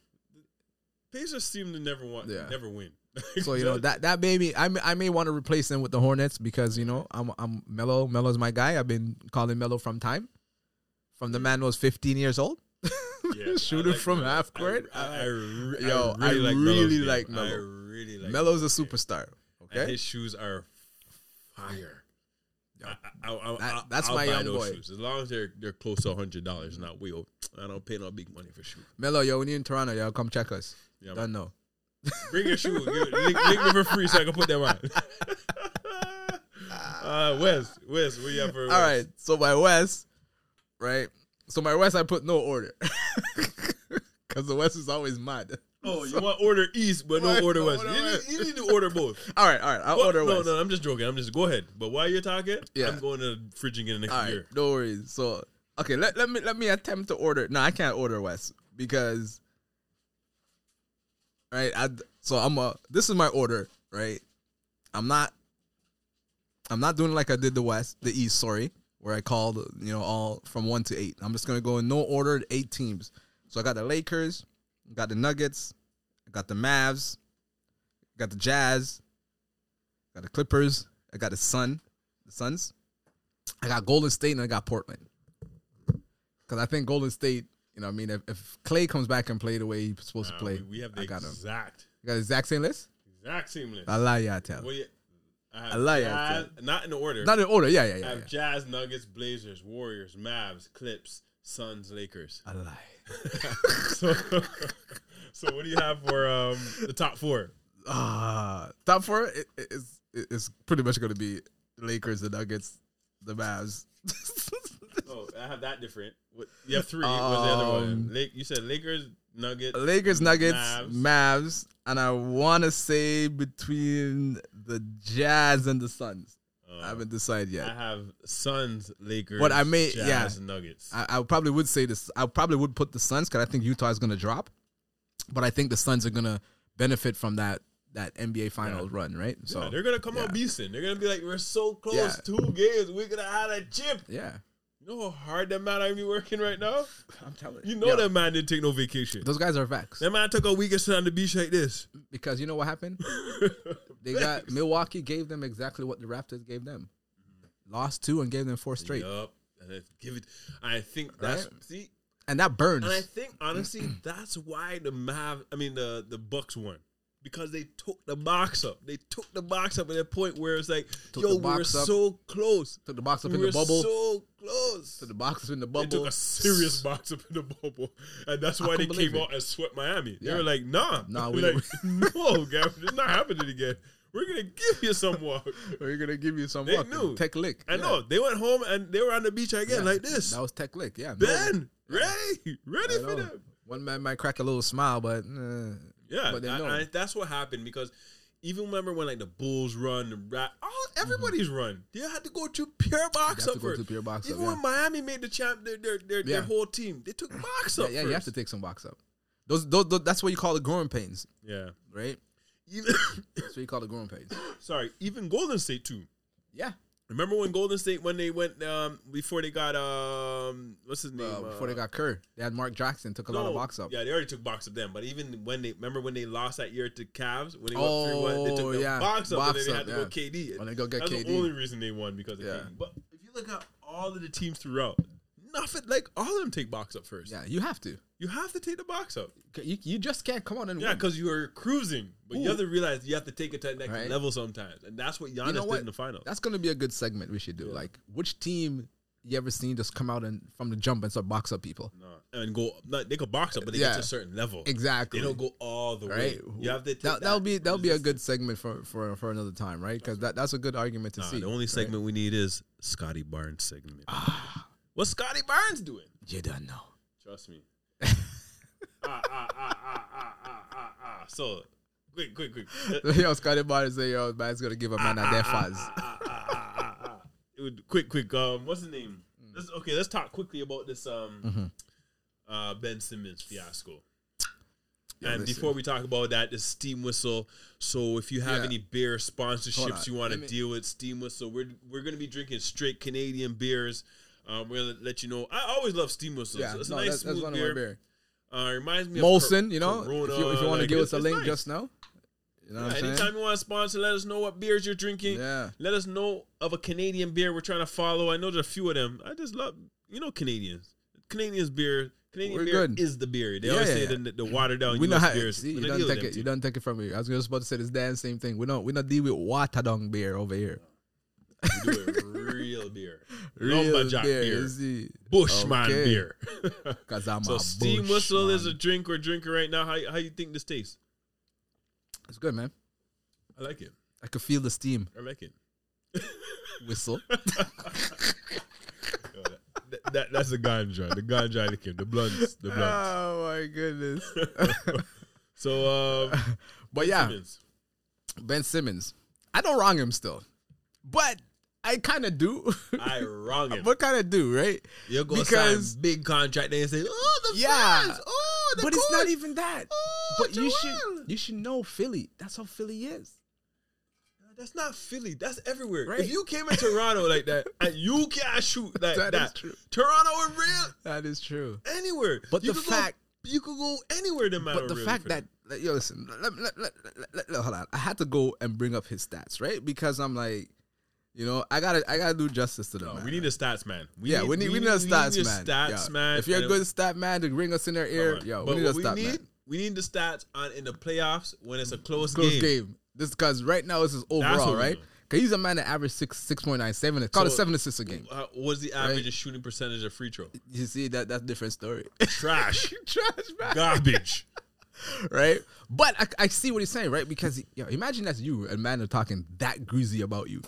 S1: Pacers seem to never want,
S2: Yeah.
S1: never win.
S2: So you know that that made me. I may, I may want to replace them with the Hornets because you know I'm I'm Mello. Mello's my guy. I've been calling Mello from time, from the man who was 15 years old,
S1: Yeah, I
S2: shooting
S1: like
S2: from
S1: Melo.
S2: half
S1: I-
S2: court.
S1: I, I re-
S2: Yo,
S1: I
S2: I
S1: really like
S2: really
S1: Melo's
S2: like
S1: game. I
S2: Melo.
S1: really like
S2: Melo's a
S1: Melo's game.
S2: superstar.
S1: And
S2: Okay,
S1: his shoes are fire.
S2: Yo.
S1: I, I, I,
S2: That-
S1: I,
S2: that's
S1: I'll
S2: my
S1: buy
S2: young
S1: those
S2: boy.
S1: Shoes. As long as they're they're close to hundred dollars, not way over. I don't pay no big money for shoes.
S2: Mello, yo, when you're in Toronto, yo, come check us.
S1: Yeah, man.
S2: Don't know.
S1: Bring your shoe. Give, link, link me for free so I can put them on. uh, Wes, Wes, what you have for?
S2: All right, so my West, right? So my West, I put no order because the West is always mad.
S1: Oh, you want order East, but no
S2: Why-
S1: order
S2: no
S1: West. You
S2: order
S1: need,
S2: West.
S1: you need to order both.
S2: All right, all right, I'll
S1: Well,
S2: order
S1: no,
S2: West.
S1: no, I'm just joking. I'm just go ahead. But while you're talking,
S2: Yeah.
S1: I'm going to the fridge again next
S2: All right,
S1: year.
S2: no worries. So okay, let, let me let me attempt to order. No, I can't order West because right. I so I'm a. This is my order, right? I'm not. I'm not doing like I did the West, the East. Sorry, where I called you know all from one to eight. I'm just gonna go in no order. Eight teams. So I got the Lakers, got the Nuggets, got the Mavs, got the Jazz, got the Clippers, I got the Sun, the Suns. I got Golden State and I got Portland. Because I think Golden State, you know, what I mean, if, if Clay comes back and play the way he's supposed
S1: Uh,
S2: to play,
S1: we- we have the
S2: I got him.
S1: exact,
S2: You got the exact same list.
S1: exact same list.
S2: I lie, yeah, I tell.
S1: What do you- I have
S2: I like
S1: jazz, not in order.
S2: Not in order, yeah, yeah,
S1: I
S2: yeah.
S1: have
S2: yeah.
S1: Jazz, Nuggets, Blazers, Warriors, Mavs, Clips, Suns, Lakers.
S2: I lie.
S1: so, so what do you have for um, the top four?
S2: Ah, top four it, it- it's it- it's pretty much going to be Lakers, the Nuggets, the Mavs.
S1: Oh, I have that different. What, you have three. What's the other one?
S2: Um,
S1: Lake, you said Lakers, Nuggets,
S2: Lakers, Nuggets,
S1: Mavs.
S2: Mavs, and I want to say between the Jazz and the Suns.
S1: Uh,
S2: I haven't decided yet.
S1: I have Suns, Lakers.
S2: What I may-
S1: Jazz, Nuggets.
S2: I, I probably would say this. I probably would put the Suns because I think Utah is going to drop, but I think the Suns are going to benefit from that that NBA final
S1: Yeah.
S2: run, right? So
S1: yeah, they're gonna come out
S2: yeah.
S1: beasting. They're gonna be like, we're so close,
S2: Yeah.
S1: two games. We're gonna have a chip.
S2: yeah,
S1: You know how hard that man I be working right now.
S2: I'm telling
S1: You know that man didn't take no vacation.
S2: those guys are vexed
S1: That man took a week and sit on the beach like this.
S2: because you know what happened. They got Milwaukee gave them exactly what the Raptors gave them, lost two and gave them four straight,
S1: Mm-hmm. Yup. And I give it. I think that's
S2: Right?
S1: see,
S2: and that burns.
S1: and I think honestly that's why the Mav. I mean the the Bucks won because they took the box up. They took the box up at a point where it's like,
S2: Took
S1: yo,
S2: the
S1: we were
S2: box up.
S1: so close.
S2: Took the box up
S1: we
S2: in the
S1: were
S2: bubble.
S1: so close.
S2: took the box up in the
S1: they
S2: bubble.
S1: took a serious box up in the bubble, and that's why they
S2: couldn't believe
S1: came
S2: it.
S1: out and swept Miami. They
S2: Yeah.
S1: were like, "Nah,
S2: Nah,
S1: we
S2: we-
S1: like, no, Gavin, it's not happening again. We're gonna give you some walk."
S2: We're gonna give you some
S1: They
S2: walking.
S1: knew.
S2: Tech lick.
S1: I
S2: Yeah.
S1: know they went home and they were on the beach
S2: Yeah.
S1: again like this.
S2: That was tech lick. Yeah. No,
S1: Ben, ready, ready
S2: I
S1: for
S2: know.
S1: them.
S2: One man might crack a little smile, but uh,
S1: Yeah,
S2: But they
S1: I-
S2: know.
S1: I- that's what happened because even remember when like the Bulls run, the Rat, all everybody's run. They had to go to pure box
S2: have
S1: up
S2: Mm-hmm. to go
S1: first.
S2: to pure box up,
S1: even
S2: yeah.
S1: when Miami made the champ, their their their, their
S2: Yeah.
S1: whole team they took box up.
S2: yeah,
S1: first.
S2: you have to take some box up. Those, those, those that's what you call the growing pains,
S1: Yeah.
S2: right?
S1: Even,
S2: That's what you call the growing pains.
S1: sorry, even Golden State too.
S2: Yeah,
S1: Remember when Golden State when they went um before they got um what's his name
S2: uh, before they
S1: Uh,
S2: got Kerr, they had Mark Jackson took a lot
S1: no,
S2: of box up.
S1: Yeah, they already took box up then. But even when they remember when they lost that year to Cavs when they
S2: Oh,
S1: went three one, they took the
S2: yeah.
S1: box up and
S2: Box
S1: then they had
S2: up,
S1: to
S2: yeah.
S1: go KD.
S2: When they go get
S1: That's
S2: KD,
S1: the only reason they won because of
S2: Yeah.
S1: KD. But if you look at all of the teams throughout, nothing like all of them take box up first.
S2: yeah, you have to.
S1: You have to take the box up.
S2: C- You, you just can't come on and
S1: Yeah,
S2: win.
S1: because you are cruising, but you
S2: Ooh.
S1: have to realize you have to take it to the next
S2: Right.
S1: level sometimes, and that's what Giannis
S2: know
S1: did
S2: what?
S1: in the finals.
S2: That's gonna be a good segment we should do. Like, which team you ever seen just come out and from the jump and start box up people?
S1: no, Uh, and go. Not, they could box up, but they get
S2: Yeah.
S1: to a certain level.
S2: Exactly.
S1: They don't go all the
S2: right.
S1: way. You have to. Take
S2: that, that'll be that'll be a good segment for for for another time, right? Because that, that's a good argument to
S1: Nah,
S2: see.
S1: the only
S2: right? Ah.
S1: segment we need is Scotty Barnes segment. What's Scotty Barnes doing?
S2: you don't know.
S1: Trust me. ah, ah, ah, ah, ah, ah, ah, ah. So, quick, quick, quick. Ah,
S2: yo, Scotty Barnes say, yo, man's gonna give a man a death
S1: ah,
S2: fuzz.
S1: ah, ah, ah, ah, ah. It would- quick, quick. Um, what's the name? Let's, okay, let's talk quickly about this um, uh, Ben Simmons fiasco.
S2: Yeah,
S1: and
S2: Mm-hmm. listen.
S1: before we talk about that, is Steam Whistle. So if you have
S2: Yeah.
S1: any beer
S2: Hold on,
S1: sponsorships you want to
S2: let me-
S1: deal with, Steam Whistle, we're we're gonna be drinking straight Canadian beers. Um, we're gonna let you know. I always love Steam Whistle.
S2: Yeah,
S1: Yeah, it's a
S2: no,
S1: nice
S2: that's, that's
S1: smooth
S2: one
S1: beer.
S2: of my beer.
S1: Uh, it reminds me of
S2: Molson,
S1: Cor-
S2: you know, if you, if
S1: Corona,
S2: you want to
S1: like,
S2: give
S1: it's-
S2: us a
S1: it's
S2: link,
S1: nice.
S2: just know. You know what I'm
S1: anytime
S2: saying?
S1: you want to sponsor, let us know what beers you're drinking.
S2: Yeah,
S1: Let us know of a Canadian beer we're trying to follow. I know there's a few of them. I just love, you know, Canadians. Canadians beer. Canadian
S2: We're
S1: beer
S2: good.
S1: is the beer. They
S2: Yeah,
S1: always
S2: yeah,
S1: say
S2: yeah.
S1: the, the watered down
S2: we know
S1: US
S2: how.
S1: beers.
S2: See, you
S1: When I
S2: don't
S1: deal with
S2: take
S1: them
S2: it. You
S1: too.
S2: don't take it from me. I was just about to say this damn same thing. We don't. We not deal with water down beer over here.
S1: We do it real beer.
S2: Real
S1: Lumberjack
S2: beer.
S1: beer.
S2: you see.
S1: Bushman
S2: Okay.
S1: beer.
S2: Cause I'm
S1: so
S2: a
S1: Steam
S2: bush,
S1: Whistle is a
S2: man.
S1: drink we're drinking right now. How, how you think this tastes?
S2: It's good, man.
S1: I like it.
S2: I could feel the steam
S1: I like it.
S2: whistle.
S1: Yo, that- that, that, that's the ganja. The ganja that came. The blunts. The blunts.
S2: oh my goodness.
S1: So, um,
S2: but yeah,
S1: Simmons.
S2: Ben Simmons. I don't wrong him still, but I kind of do.
S1: I wrong him.
S2: what kind of do right?
S1: You're gonna
S2: Because-
S1: sign big contract and say, "Oh, the
S2: Yeah.
S1: fans, oh, the
S2: but
S1: coach.
S2: it's not even that.
S1: Oh,
S2: but
S1: Joel."
S2: you should you should know Philly. That's how Philly is.
S1: That's not Philly. That's everywhere.
S2: Right.
S1: If you came in Toronto like that and you can't shoot like that,
S2: That is true.
S1: Toronto or real
S2: That is true.
S1: anywhere.
S2: But
S1: you
S2: the
S1: could
S2: fact-
S1: go, you could go anywhere. The matter.
S2: But the fact that like, yo, listen, let, let, let, let- let- let- hold on. I had to go and bring up his stats, right? Because I'm like, you know, I gotta I gotta do justice to them.
S1: we need a stats man. We
S2: yeah, we need we need a stats man.
S1: Stats
S2: Yeah.
S1: man.
S2: If you're a
S1: and-
S2: good stat man, to ring us in their ear.
S1: Alright.
S2: Yo,
S1: But
S2: we need a
S1: what
S2: stat man.
S1: We need the stats on in the playoffs when it's a close,
S2: Close
S1: game.
S2: game. This because right now this is
S1: what
S2: overall,
S1: we
S2: right?
S1: know.
S2: Because he's a man that averaged six six point nine seven. It's called a
S1: So-
S2: seven assists a game.
S1: Uh, what's the average
S2: Right.
S1: of shooting percentage of free throw?
S2: You see that that's a different story.
S1: Trash,
S2: Trash man.
S1: garbage.
S2: right? But I, I see what he's saying, right? Because yo, imagine that's you and man are talking that greasy about you.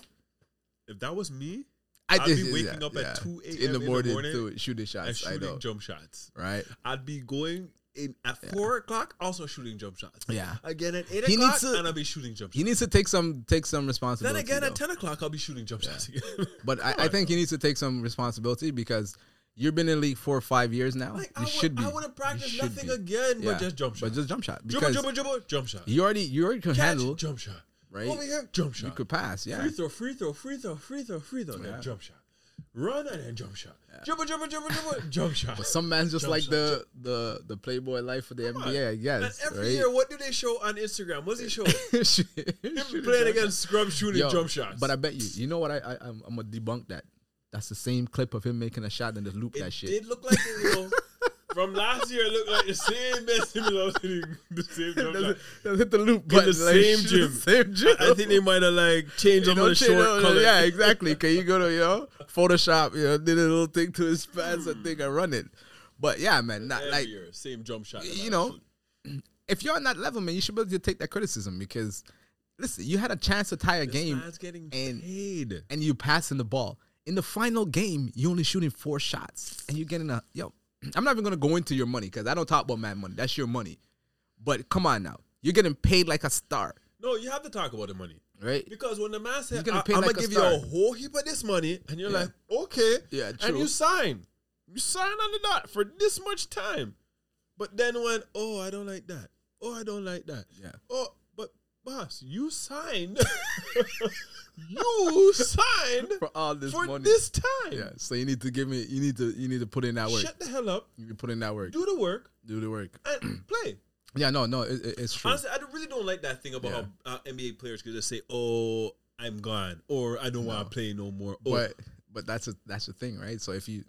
S1: If that was me,
S2: I
S1: I'd
S2: just-
S1: be waking up at 2 a.m. in the morning
S2: to shooting
S1: I'm
S2: shots. I know,
S1: shooting jump shots.
S2: right?
S1: I'd be going in at four o'clock, also shooting jump shots.
S2: Yeah.
S1: Again at eight
S2: He
S1: o'clock,
S2: needs to-
S1: and I'll be shooting jump
S2: He
S1: shots.
S2: needs to take some take some
S1: Then
S2: responsibility.
S1: again
S2: though.
S1: at ten o'clock, I'll be shooting jump shots again.
S2: but I, I think he needs to take some responsibility because you've been in the league four or five years now.
S1: like I,
S2: you should
S1: would,
S2: be.
S1: I wouldn't practice
S2: should
S1: nothing
S2: be.
S1: again,
S2: Yeah,
S1: but just jump shot.
S2: But just jump shot
S1: jump,
S2: because
S1: jump, jump, jump shot.
S2: you already you already can
S1: Catch,
S2: handle.
S1: jump shot.
S2: right?
S1: Over here, jump
S2: You
S1: shot.
S2: could pass, yeah.
S1: Free throw, free throw, free throw, free throw, free throw. Then
S2: Yeah.
S1: jump shot. Run and then jump shot. Jump, jump, jump, jump, jump, jump shot.
S2: Some man's just
S1: Jump
S2: like
S1: shot,
S2: the the the playboy life of the
S1: Come on.
S2: NBA, I
S1: And
S2: guess.
S1: every
S2: right?
S1: year, what do they show on Instagram? What's he show?
S2: Shoot-
S1: Him
S2: shoot
S1: playing
S2: a jump
S1: against scrub shooting
S2: Yo,
S1: jump shots.
S2: But I bet you, you know what? I, I I'm, I'm gonna debunk that. That's the same clip of him making a shot and just loop
S1: it
S2: that shit.
S1: did look like it, you know, from last year. It looked like the same Ben Simmons was hitting the same jump
S2: Does
S1: shot.
S2: it- does hit the loop
S1: In
S2: button,
S1: the
S2: like,
S1: same
S2: shoot,
S1: gym.
S2: Same gym.
S1: I think they might have like changed
S2: You
S1: up
S2: know,
S1: on the
S2: shit,
S1: short
S2: no, no,
S1: color.
S2: Yeah, exactly. Can you go to you know Photoshop? You know, did a little thing to his pants and thing and run it. But yeah, man, not
S1: Every
S2: like
S1: year, same jump shot. that I
S2: you know,
S1: shoot.
S2: if you're on that level, man, you should be able to take that criticism because listen, you had a chance to tie a
S1: this
S2: game
S1: man's getting
S2: and-
S1: paid.
S2: and you passing the ball. In the final game, you only shooting four shots and you're getting a yo. I'm not even gonna go into your money because I don't talk about man money. That's your money. But come on now, you're getting paid like a star,
S1: No, you have to talk about the money.
S2: right?
S1: Because when the man
S2: You're
S1: said,
S2: gonna
S1: I,
S2: pay
S1: am
S2: like
S1: gonna
S2: a
S1: give
S2: star."
S1: you a whole heap of this money," and you're
S2: Yeah.
S1: like, "Okay,"
S2: Yeah,
S1: and you
S2: true.
S1: sign, you sign on the dot for this much time. But then when, oh, I don't like that. Oh, I don't like that.
S2: Yeah.
S1: Oh, but boss, you signed. you signed
S2: For all this
S1: for
S2: money,
S1: this time.
S2: yeah. So you need to give me. You need to. You need to put in that work.
S1: Shut the hell up.
S2: You put in that work.
S1: Do the work
S2: Do the work.
S1: and play.
S2: Yeah. No. No. It, it- it's true.
S1: Honestly, I don't- really don't like that thing about
S2: Yeah.
S1: how uh, NBA players could just say, "Oh, I'm gone," or "I don't want to play no more." Oh,
S2: but but that's a that's the thing, right? So if you,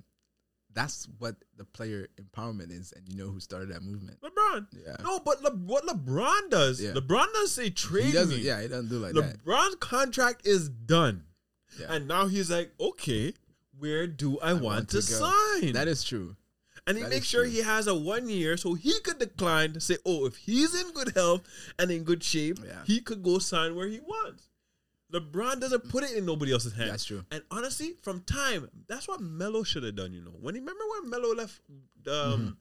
S2: that's what the player empowerment is, and you know who started that movement.
S1: LeBron.
S2: Yeah.
S1: No, but Le- what LeBron does,
S2: Yeah.
S1: LeBron doesn't say
S2: He
S1: trade
S2: doesn't.
S1: me.
S2: Yeah. He doesn't do like that.
S1: LeBron's contract is done,
S2: Yeah.
S1: and now he's like, okay, where do I, want, to,
S2: to go.
S1: sign?
S2: That is true.
S1: and he
S2: that
S1: makes
S2: is
S1: sure
S2: true.
S1: he has a one year so he could decline to say, oh, if he's in good health and in good shape,
S2: Yeah.
S1: he could go sign where he wants. LeBron doesn't put it in nobody else's hands.
S2: Mm. That's true.
S1: And honestly, from time, that's what Melo should have done. You know, when remember when Melo left, um,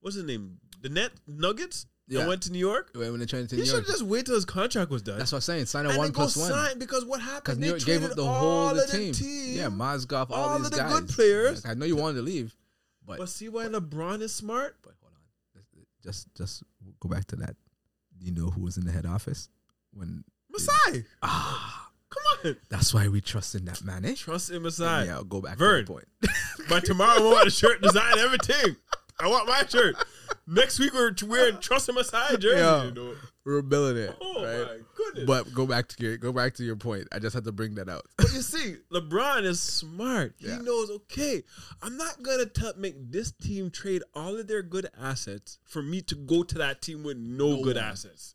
S1: what's his name, the Net Nuggets,
S2: Mm-hmm. Yeah.
S1: and went to New York.
S2: When when they traded to
S1: He
S2: New
S1: should
S2: York,
S1: just wait till his contract was done.
S2: that's what I'm saying. Sign a
S1: and
S2: one
S1: then go
S2: plus one.
S1: sign because what happened?
S2: Because New
S1: they
S2: York gave up
S1: traded
S2: the
S1: all
S2: whole
S1: of
S2: the
S1: the
S2: team. Yeah, Mozgov, all,
S1: all
S2: these
S1: of the
S2: guys.
S1: good players.
S2: Like, I know you wanted to leave, but,
S1: But see why LeBron is smart?
S2: but hold on, Just- just just go back to that. You know who was in the head office when?
S1: Masai,
S2: Ah,
S1: come on.
S2: that's why we trust in that man. Eh?
S1: Trust in
S2: Yeah,
S1: Masai.
S2: I'll go back
S1: Vern.
S2: to the point.
S1: By tomorrow, I want a shirt design everything. I want my shirt. Next week, we're wearing Trust in Masai jersey.
S2: Yeah.
S1: You know?
S2: We're building it,
S1: Oh,
S2: right?
S1: my goodness.
S2: But go back to your go back to your point. I just had to bring that out.
S1: But you see, LeBron is smart.
S2: Yeah.
S1: He knows, okay, I'm not gonna t- make this team trade all of their good assets for me to go to that team with no,
S2: No
S1: good
S2: one.
S1: assets.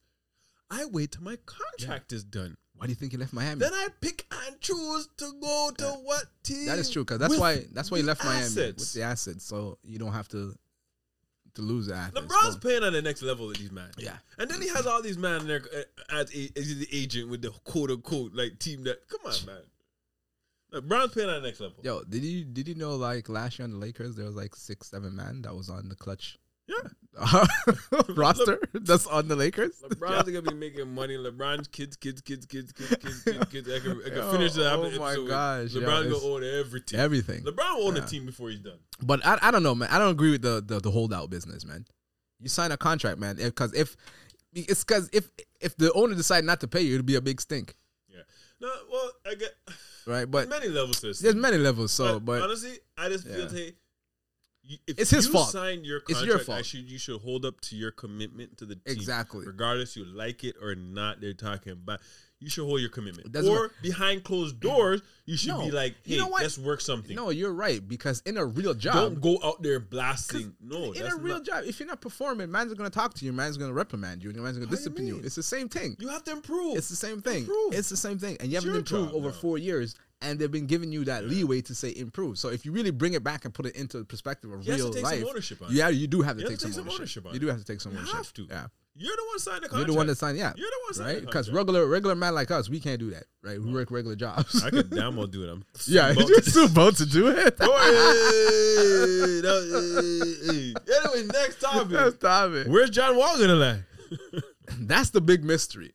S1: I wait till my contract is done.
S2: Why do you think he left Miami?
S1: Then I pick and choose to go to what team.
S2: that is true because that's
S1: with
S2: why that's why he
S1: the
S2: left Miami with
S1: assets.
S2: the assets, so you don't have to to lose the assets.
S1: LeBron's
S2: Well,
S1: playing on the next level with these man.
S2: Yeah.
S1: and then he has all these man there uh, as, a, as the agent with the quote unquote like team that. Come on, man. LeBron's playing on the next level.
S2: Yo, did you did you know like last year on the Lakers there was like six seven man that was on the clutch
S1: Yeah.
S2: roster that's on the Lakers?
S1: LeBron's gonna be making money. LeBron's kids, kids, kids, kids, kids, kids, kids, kids. I can, I can
S2: Yo,
S1: finish that
S2: oh
S1: episode.
S2: my gosh, yo,
S1: LeBron's
S2: it's-
S1: gonna own every team.
S2: Everything.
S1: LeBron will own
S2: Yeah.
S1: a team before he's done.
S2: But I, I don't know, man. I don't agree with the the, the holdout business, man. You sign a contract, man, because if it's because if if the owner decide not to pay you, it'll be a big stink,
S1: Yeah. No, well, I get
S2: right? But
S1: many levels to this.
S2: there's
S1: thing.
S2: many levels, so
S1: But
S2: but
S1: honestly, I just feel
S2: Yeah.
S1: hey, you, if
S2: It's his
S1: you
S2: fault.
S1: Sign your
S2: It's
S1: contract.
S2: your
S1: I
S2: fault.
S1: should you should hold up to your commitment to the team.
S2: Exactly.
S1: Regardless, you like it or not, they're talking about. You should hold your commitment.
S2: Doesn't
S1: or behind closed doors, you should
S2: No.
S1: be like, hey,
S2: You know what?
S1: let's work something.
S2: no, you're right because in a real job,
S1: Don't go out there blasting. No,
S2: in
S1: that's
S2: a real
S1: not-
S2: job, if you're not performing, man's gonna talk to you, man's gonna reprimand you, and man's gonna
S1: How you
S2: discipline you.
S1: mean?
S2: It's the same thing.
S1: You have to improve.
S2: It's the same thing.
S1: Improve.
S2: It's the same thing, and you haven't
S1: your
S2: improved
S1: job
S2: over
S1: now.
S2: four years, and they've been giving you that leeway to say improve. So if you really bring it back and put it into the perspective of
S1: You have to
S2: real
S1: take some
S2: life,
S1: ownership on it.
S2: yeah, you do have to
S1: You have
S2: take,
S1: to take
S2: some,
S1: some
S2: ownership.
S1: ownership on
S2: You
S1: it.
S2: do have to take some
S1: You
S2: ownership.
S1: have to.
S2: Yeah,
S1: You're the one signing the
S2: you're
S1: contract.
S2: the one that signed. Yeah,
S1: You're the one signing
S2: right.
S1: the
S2: Because
S1: contract.
S2: regular regular man like us, we can't do that. Right, we work regular jobs.
S1: I could damn well do it. I'm
S2: yeah,
S1: about
S2: you're
S1: to-
S2: still about to do it.
S1: Boy, hey, that- hey, hey. Uh, Anyway, next topic.
S2: Stop it.
S1: Where's John Wall gonna land?
S2: that's the big mystery.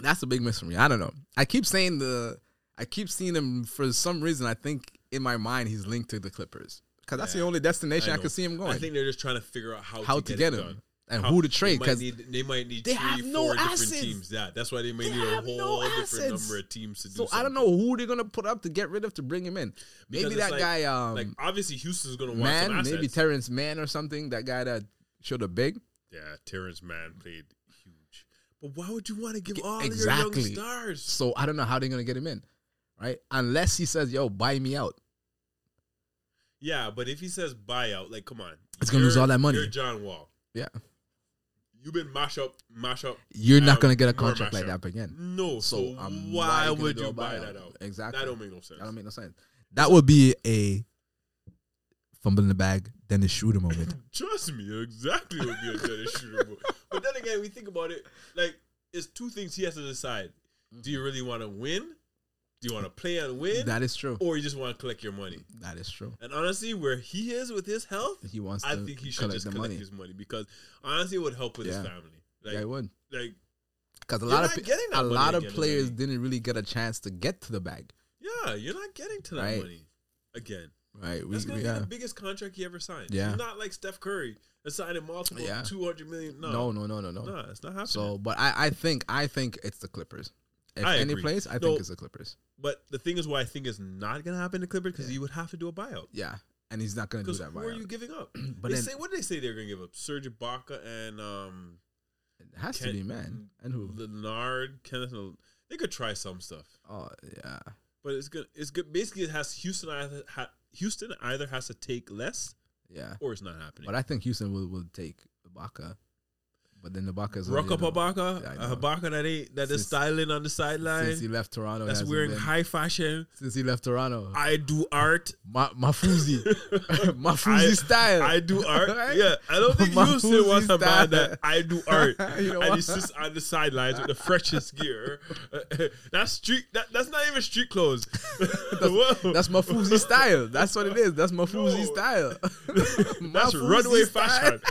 S2: That's the big mystery. I don't know. I keep saying the. I keep seeing him for some reason. I think in my mind he's linked to the Clippers because that's the
S1: Yeah,
S2: only destination I,
S1: know.
S2: can see him going.
S1: I think they're just trying to figure out how,
S2: how
S1: to, get, him. Done.
S2: and
S1: How-
S2: who to trade
S1: they might
S2: because
S1: need- they might need
S2: they
S1: three,
S2: have no
S1: four
S2: assets.
S1: different teams. Yeah, that's why they may
S2: They
S1: need a
S2: have
S1: whole
S2: no
S1: different
S2: assets.
S1: number of teams to do.
S2: so I don't
S1: something.
S2: know who they're gonna put up to get rid of to bring him in.
S1: Because
S2: Maybe
S1: it's
S2: that
S1: like-
S2: guy, um,
S1: Like obviously Houston's gonna want some
S2: man,
S1: assets.
S2: maybe Terrence Mann or something. That guy that showed up big.
S1: Yeah, Terrence Mann played huge. But why would you want to give all
S2: Exactly.
S1: your young stars?
S2: So I don't know how they're gonna get him in, right? Unless he says, "Yo, buy me out."
S1: Yeah, but if he says buyout, like come on,
S2: He's gonna lose
S1: You're-
S2: all that money.
S1: You're John Wall.
S2: Yeah,
S1: You've been mash up, mash up.
S2: you're
S1: um,
S2: not gonna get a
S1: more
S2: contract
S1: mash
S2: like that
S1: up.
S2: again.
S1: No, so,
S2: So, um, why
S1: why
S2: you gonna
S1: would
S2: do a
S1: you buy
S2: buyout?
S1: that out?
S2: Exactly.
S1: That don't make no sense.
S2: That don't make no sense. That would be a fumble in the bag, Dennis Schroeder moment.
S1: Trust me, exactly would be a Dennis Schroeder move. But then again, we think about it. Like, it's two things he has to decide. Do you really want to win? Do you want to play and win,
S2: that is true.
S1: or you just want to collect your money?
S2: That is true.
S1: And honestly, where he is with his health,
S2: He wants
S1: I
S2: to
S1: think he should
S2: collect
S1: just
S2: the
S1: collect
S2: money.
S1: his money because honestly, it would help with
S2: Yeah.
S1: his family. Like,
S2: yeah, he would.
S1: like,
S2: Because a
S1: You're
S2: lot of
S1: not
S2: pe-
S1: getting that
S2: a
S1: money
S2: lot of
S1: again in the
S2: players
S1: league.
S2: didn't really get a chance to get to the bag.
S1: yeah, you're not getting to that
S2: Right.
S1: money again.
S2: Right. We,
S1: That's gonna
S2: we- uh,
S1: be
S2: yeah.
S1: the biggest contract he ever signed.
S2: Yeah.
S1: he's not like Steph Curry that's signing multiple
S2: Yeah.
S1: two hundred million.
S2: no.
S1: No,
S2: no, no, no, no,
S1: no, it's not happening.
S2: So, but I, I think, I think it's the Clippers. If
S1: I
S2: any
S1: agree.
S2: place, I
S1: No.
S2: think it's the Clippers.
S1: but the thing is, why I think it's not gonna happen to Clippers because you would have to do a buyout.
S2: Yeah, and he's not going to do
S1: Because
S2: that.
S1: who
S2: Buyout.
S1: are you giving up?
S2: But
S1: they
S2: then-
S1: say what did they say they're gonna give up? Serge Ibaka and um,
S2: it has to
S1: Ken-
S2: be man. And who?
S1: Leonard Kenneth. They could try some stuff.
S2: Oh yeah.
S1: But it's good. It's good. Basically, it has Houston either ha, Houston either has to take less
S2: Yeah.
S1: or it's not happening.
S2: But I think Houston will, will take Ibaka. But then Ibaka's on the
S1: Rucka
S2: other one.
S1: Habaka,
S2: Yeah, I know.
S1: a Habaka uh, that ain't that
S2: Since-
S1: is styling on the
S2: since
S1: sideline.
S2: he left Toronto.
S1: That's
S2: hasn't
S1: wearing
S2: been-
S1: high fashion.
S2: since he left Toronto.
S1: I do art.
S2: Ma Mafuzi.
S1: I-
S2: Mafuzi style.
S1: I do art. Yeah, I don't think
S2: My
S1: Houston wants a
S2: Uzi style.
S1: man that I do art.
S2: You know
S1: and
S2: what?
S1: he sits on the sidelines with the freshest gear. that's street. That, that's not even street clothes. Whoa.
S2: That's Mafuzi style. That's what it is. That's Mafuzi
S1: No.
S2: style.
S1: That's
S2: Mafuzi
S1: runway
S2: style.
S1: fashion.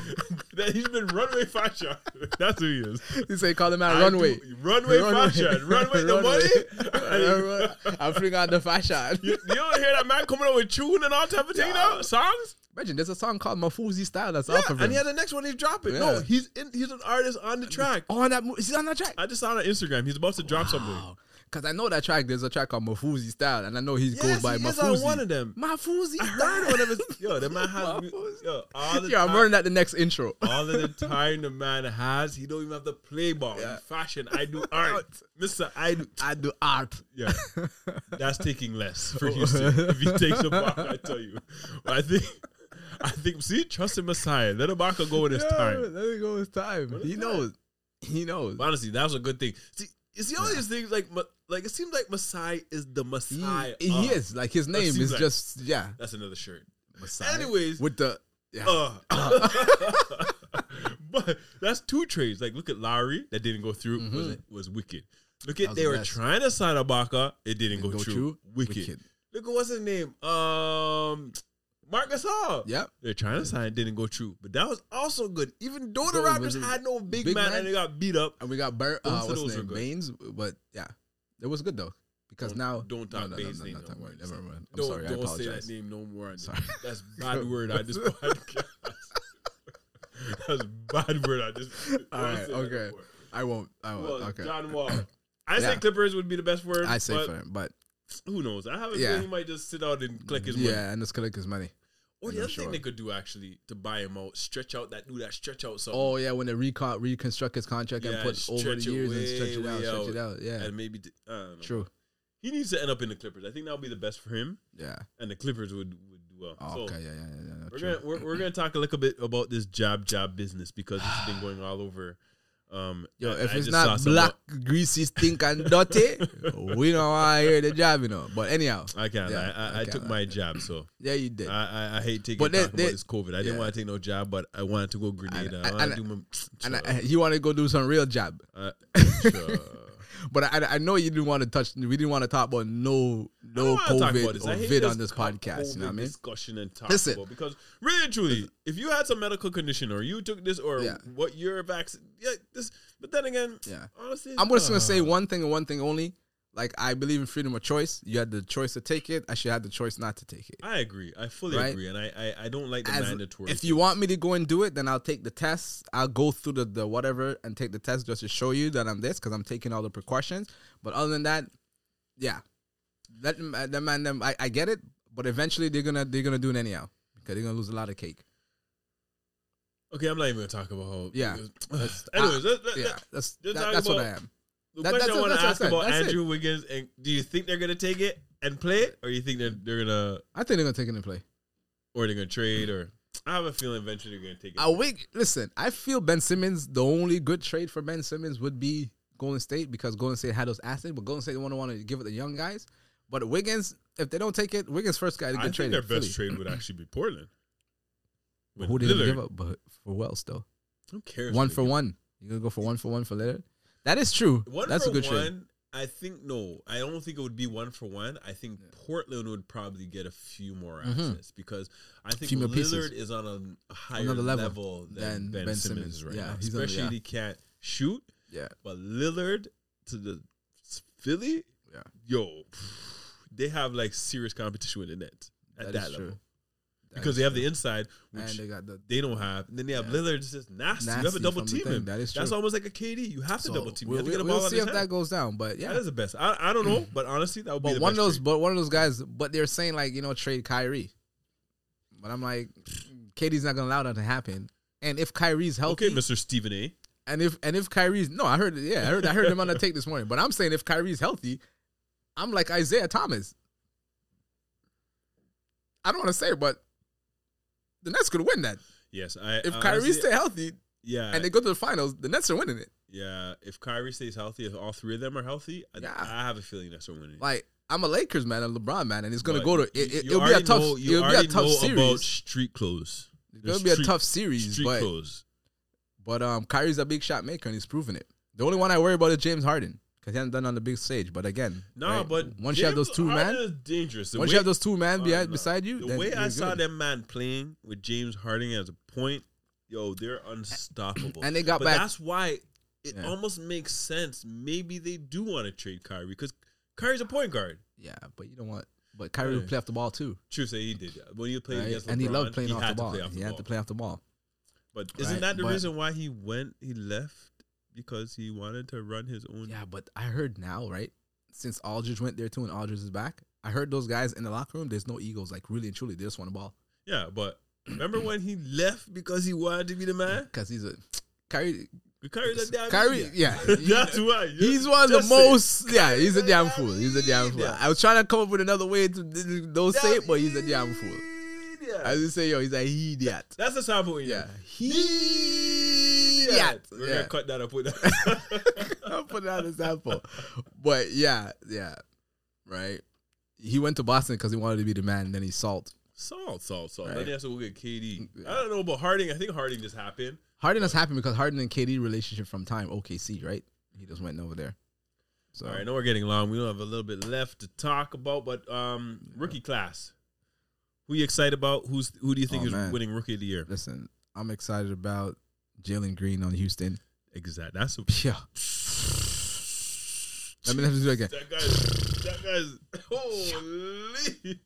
S1: That- He's been runway fashion. That's who he is.
S2: He say call him
S1: I
S2: out runway.
S1: do- runway. fashion. Runway the money.
S2: Runway. I bring out the fashion.
S1: you, you don't hear that man coming up with tune and all type of thing
S2: Yeah.
S1: now? Songs?
S2: Imagine there's a song called Mafuzi Style that's
S1: Yeah,
S2: off of him.
S1: and he had the next one he's dropping. No,
S2: Yeah.
S1: he's in, he's an artist on the track.
S2: on Oh, that, mo- is he on that track?
S1: I just saw it on Instagram. He's about to drop something.
S2: Because I know that track. There's a track called Mafuzi Style, and I know he goes
S1: Yes,
S2: by
S1: he is
S2: Mafuzi.
S1: on one of them.
S2: Mafuzi.
S1: I heard
S2: Style.
S1: one of his. Yo, that man has. mu- Yo, all the
S2: Yeah, I'm
S1: time, Oh.
S2: running that the next intro.
S1: all of the time the man has, he don't even have to play ball.
S2: Yeah.
S1: Fashion, I do art, Mister, I do.
S2: I do art.
S1: Yeah, that's taking less
S2: Oh.
S1: for Houston. if he takes a bark, I tell you. But I think, I think. See, trust in Messiah. Let Ibaka go in his time.
S2: Let it go. It's time.
S1: What is
S2: He
S1: that?
S2: knows. He knows.
S1: But honestly, that was a good thing. See, you see all these things like Ma- like it seems like Masai is the
S2: He,
S1: Messiah.
S2: he
S1: of-
S2: is like his name
S1: seems
S2: is
S1: like-
S2: just yeah.
S1: That's another shirt.
S2: Messiah.
S1: Anyways,
S2: with the yeah.
S1: uh, but that's two trades. Like look at Lowry, that didn't go through. Was, was wicked. Look at
S2: Mm-hmm. was
S1: they
S2: the
S1: were
S2: best.
S1: trying to sign Ibaka, it didn't
S2: Didn't
S1: go,
S2: go
S1: through.
S2: through.
S1: Wicked.
S2: Wicked.
S1: Look at what's his name, um, Marcus Hall.
S2: Yep.
S1: They're trying to sign, didn't go through. But that was also good. Even though the
S2: Those
S1: Raptors
S2: was-
S1: had no big,
S2: big
S1: man,
S2: man.
S1: and they got beat up.
S2: and we got Bur-
S1: Both
S2: uh,
S1: of
S2: what's
S1: those
S2: his
S1: are
S2: name
S1: good.
S2: Baines, but yeah, it was good though because
S1: Don't-
S2: now
S1: don't talk Baines' name no
S2: talk
S1: more.
S2: about it. Never mind. I'm
S1: don't
S2: sorry, I
S1: don't say that
S2: apologize.
S1: name no more.
S2: Sorry.
S1: That's bad word on this podcast. That's bad word on this.
S2: All
S1: don't
S2: right,
S1: say that
S2: okay.
S1: no more.
S2: I won't. I won't.
S1: Well,
S2: okay.
S1: John Wall. I say
S2: Yeah.
S1: Clippers would be the best word.
S2: I say
S1: but
S2: for him, but
S1: who knows? I have a
S2: Yeah.
S1: feeling he might just sit out and click his
S2: yeah,
S1: money.
S2: and just collect his money.
S1: Or
S2: I'm
S1: the
S2: not
S1: other
S2: sure.
S1: thing they could do actually to buy him out, stretch out that do that stretch out something,
S2: Oh yeah, when they recon- reconstruct his contract
S1: Yeah,
S2: and put over the
S1: stretch it
S2: years
S1: way,
S2: and stretch it out,
S1: way
S2: stretch it out. Yeah,
S1: and maybe d- I don't know.
S2: true.
S1: He needs to end up in the Clippers. I think that would be the best for him,
S2: Yeah. Oh,
S1: and the Clippers would would do well. So,
S2: okay. Yeah, yeah, yeah. yeah, no,
S1: We're
S2: true.
S1: gonna we're, we're gonna talk a little bit about this job job business because it's been going all over. Um,
S2: Yo,
S1: I-
S2: if
S1: I
S2: it's
S1: just saw
S2: not
S1: some-
S2: black, greasy, stink, and dirty, we don't want to hear the job, you know. But anyhow,
S1: I can't.
S2: Yeah,
S1: I, I,
S2: I
S1: I
S2: can't
S1: took
S2: lie.
S1: my job, so
S2: yeah, you did.
S1: I I, I hate taking but
S2: But they-
S1: talking
S2: they-
S1: about this COVID. I didn't
S2: yeah.
S1: want to take no job, but I wanted to go Grenada.
S2: I-
S1: I, want
S2: and
S1: to
S2: I-
S1: do my.
S2: and I, you want to go do some real job.
S1: Uh,
S2: But I, I know you didn't want to touch. We didn't want to talk about no no COVID or vid on this podcast. You know what I mean?
S1: Discussion and talk
S2: Listen.
S1: about because really and truly, if you had some medical condition or you took this or
S2: Yeah.
S1: what your vaccine, yeah, this. But then again,
S2: Yeah.
S1: honestly,
S2: I'm just gonna
S1: uh,
S2: say one thing and one thing only. Like I believe in freedom of choice. You had the choice to take it. I should have the choice not to take it.
S1: I agree. I fully
S2: Right?
S1: agree, and I, I, I don't like the
S2: As-
S1: mandatory.
S2: if you want me to go and do it, then I'll take the test. I'll go through the, the whatever and take the test just to show you that I'm this because I'm taking all the precautions. But other ting that, yeah, let them, uh, them and them. I, I get it, but eventually they're gonna they're gonna do it anyhow because they're gonna lose a lot of cake.
S1: okay, I'm not even gonna talk about how.
S2: Yeah.
S1: Anyways, that- that-
S2: Yeah,
S1: that-
S2: that's
S1: they're
S2: that,
S1: talking
S2: that's what I
S1: about-
S2: am.
S1: the
S2: That-
S1: question
S2: that's
S1: I
S2: what-
S1: want to
S2: that's what I
S1: ask
S2: said.
S1: about
S2: That's it.
S1: Andrew Wiggins, and do you think they're gonna take it and play it, or you think they're they're gonna
S2: I think they're gonna take it and play.
S1: or they're gonna trade, or I have a feeling eventually they're gonna take it.
S2: I wig listen. I feel Ben Simmons. The only good trade for Ben Simmons would be Golden State because Golden State had those assets, but Golden State want to want to give it the young guys. But Wiggins, if they don't take it, Wiggins first guy to
S1: I
S2: get
S1: think
S2: traded.
S1: their best
S2: Philly.
S1: trade would actually be Portland. With
S2: Who did they
S1: Lillard.
S2: give up? But for Wells though,
S1: Who cares?
S2: one
S1: what they
S2: for
S1: give
S2: one. You gonna go for one for one for Lillard? That is true.
S1: up? One
S2: That's
S1: for
S2: a good
S1: one.
S2: trade.
S1: I think no. I don't think it would be one for one. I think Portland would probably get a few more assets because I think
S2: Mm-hmm. Few more
S1: Lillard
S2: pieces.
S1: is on a higher
S2: Another
S1: level,
S2: level
S1: than,
S2: than
S1: Ben,
S2: Ben
S1: Simmons,
S2: Simmons.
S1: right
S2: Yeah,
S1: now.
S2: he's on the-
S1: Especially
S2: yeah.
S1: if he can't shoot.
S2: Yeah,
S1: But Lillard to the Philly,
S2: yeah,
S1: yo, they have like serious competition with the net at that,
S2: that is
S1: level
S2: true. That
S1: because
S2: is
S1: they have
S2: true.
S1: the inside,
S2: and
S1: which
S2: they got the
S1: they don't have. And then they have
S2: Yeah.
S1: Lillard just nasty. You have a
S2: Nasty
S1: double
S2: from the
S1: team
S2: thing.
S1: him.
S2: That is
S1: That's
S2: true.
S1: almost like a KD. You have to
S2: so
S1: double team. You
S2: We'll,
S1: have to get a
S2: we'll,
S1: ball
S2: we'll
S1: out
S2: see
S1: of his
S2: if that
S1: hand.
S2: goes down, but yeah,
S1: That is the best. I, I don't know, but honestly, that would be
S2: But
S1: the
S2: one of
S1: best
S2: those,
S1: trade.
S2: but one of those guys, but they're saying like you know trade Kyrie, but I'm like, Katie's not gonna allow that to happen. And if Kyrie's healthy,
S1: Okay, Mr. Stephen A.
S2: and if and if Kyrie's no, I heard yeah, I heard I heard him on the take this morning. But I'm saying if Kyrie's healthy, I'm like Isaiah Thomas. I don't want to say, it, but the Nets could win that
S1: Yes, I.
S2: if
S1: I
S2: Kyrie
S1: honestly-
S2: stay healthy
S1: yeah,
S2: and they go to the finals. The Nets are winning it.
S1: yeah. If Kyrie stays healthy, if all three of them are healthy, I,
S2: Yeah.
S1: I have a feeling that's what winning.
S2: Like I'm a Lakers man, a LeBron man, and it's gonna
S1: But
S2: go to
S1: you-
S2: it. it
S1: you
S2: it'll be a
S1: already
S2: tough.
S1: know- you
S2: it'll be a
S1: already
S2: tough
S1: know
S2: series.
S1: About street clothes.
S2: It'll be a tough series,
S1: street
S2: but
S1: clothes.
S2: But um, Kyrie's a big shot maker and he's proven it. The only one I worry about is James Harden because he hasn't done it on the big stage. But again,
S1: No,
S2: right,
S1: but
S2: once you have
S1: James
S2: those two
S1: Harden
S2: man,
S1: is dangerous. The
S2: once
S1: way-
S2: you have those two man
S1: Oh,
S2: behind
S1: no.
S2: beside you,
S1: the
S2: then
S1: way
S2: you're
S1: I saw
S2: good.
S1: that man playing with James Harding as a point, yo, they're unstoppable.
S2: And they got
S1: but
S2: back-
S1: That's why it
S2: Yeah.
S1: almost makes sense. Maybe they do want to trade Kyrie because Kyrie's a point guard.
S2: yeah, but you don't want But Kyrie would
S1: Yeah.
S2: play off the ball too,
S1: True, say he did. When he played
S2: right?
S1: against LeBron,
S2: and he loved playing
S1: he
S2: off
S1: had
S2: the ball.
S1: To play off the
S2: he had
S1: ball.
S2: to play off the ball.
S1: But isn't
S2: Right,
S1: that the
S2: but-
S1: reason why he went? He left because he wanted to run his own.
S2: Yeah, but I heard now, right? Since Aldridge went there too, and Aldridge is back, I heard those guys in the locker room. There's no egos, like really and truly, they just want the ball
S1: Yeah, but remember when he left because he wanted to be the man?
S2: because he's a Kyrie.
S1: Kyrie's a damn
S2: Kyrie,
S1: idiot.
S2: yeah,
S1: That's why
S2: He's one of the
S1: Just say it.
S2: most. Yeah, he's a damn fool. He's a damn fool.
S1: Yeah.
S2: I was trying to come up with another way to don't say it, but he's a damn fool.
S1: idiot.
S2: I just say, yo, he's a idiot.
S1: That's the sample. we
S2: Yeah,
S1: need.
S2: idiot.
S1: We're
S2: Yeah.
S1: gonna cut that up with that.
S2: I'll put out an example, but yeah, yeah, right. He went to Boston because he wanted to be the man, and then he salt.
S1: salt, salt, salt.
S2: Right.
S1: Then that's what we get. KD.
S2: Yeah.
S1: I don't know about Harding. I think Harding just happened.
S2: Harden has happened because Harden and KD relationship from time OKC, right? He just went over there. So
S1: All right, I know we're getting long. We don't have a little bit left to talk about, but um, rookie class. Who you excited about? Who's who do you think
S2: Oh,
S1: is
S2: man.
S1: winning rookie of the year?
S2: listen, I'm excited about Jalen Green on Houston.
S1: Exactly. That's a,
S2: Yeah, let me let me do it again.
S1: that guy's that guy's holy.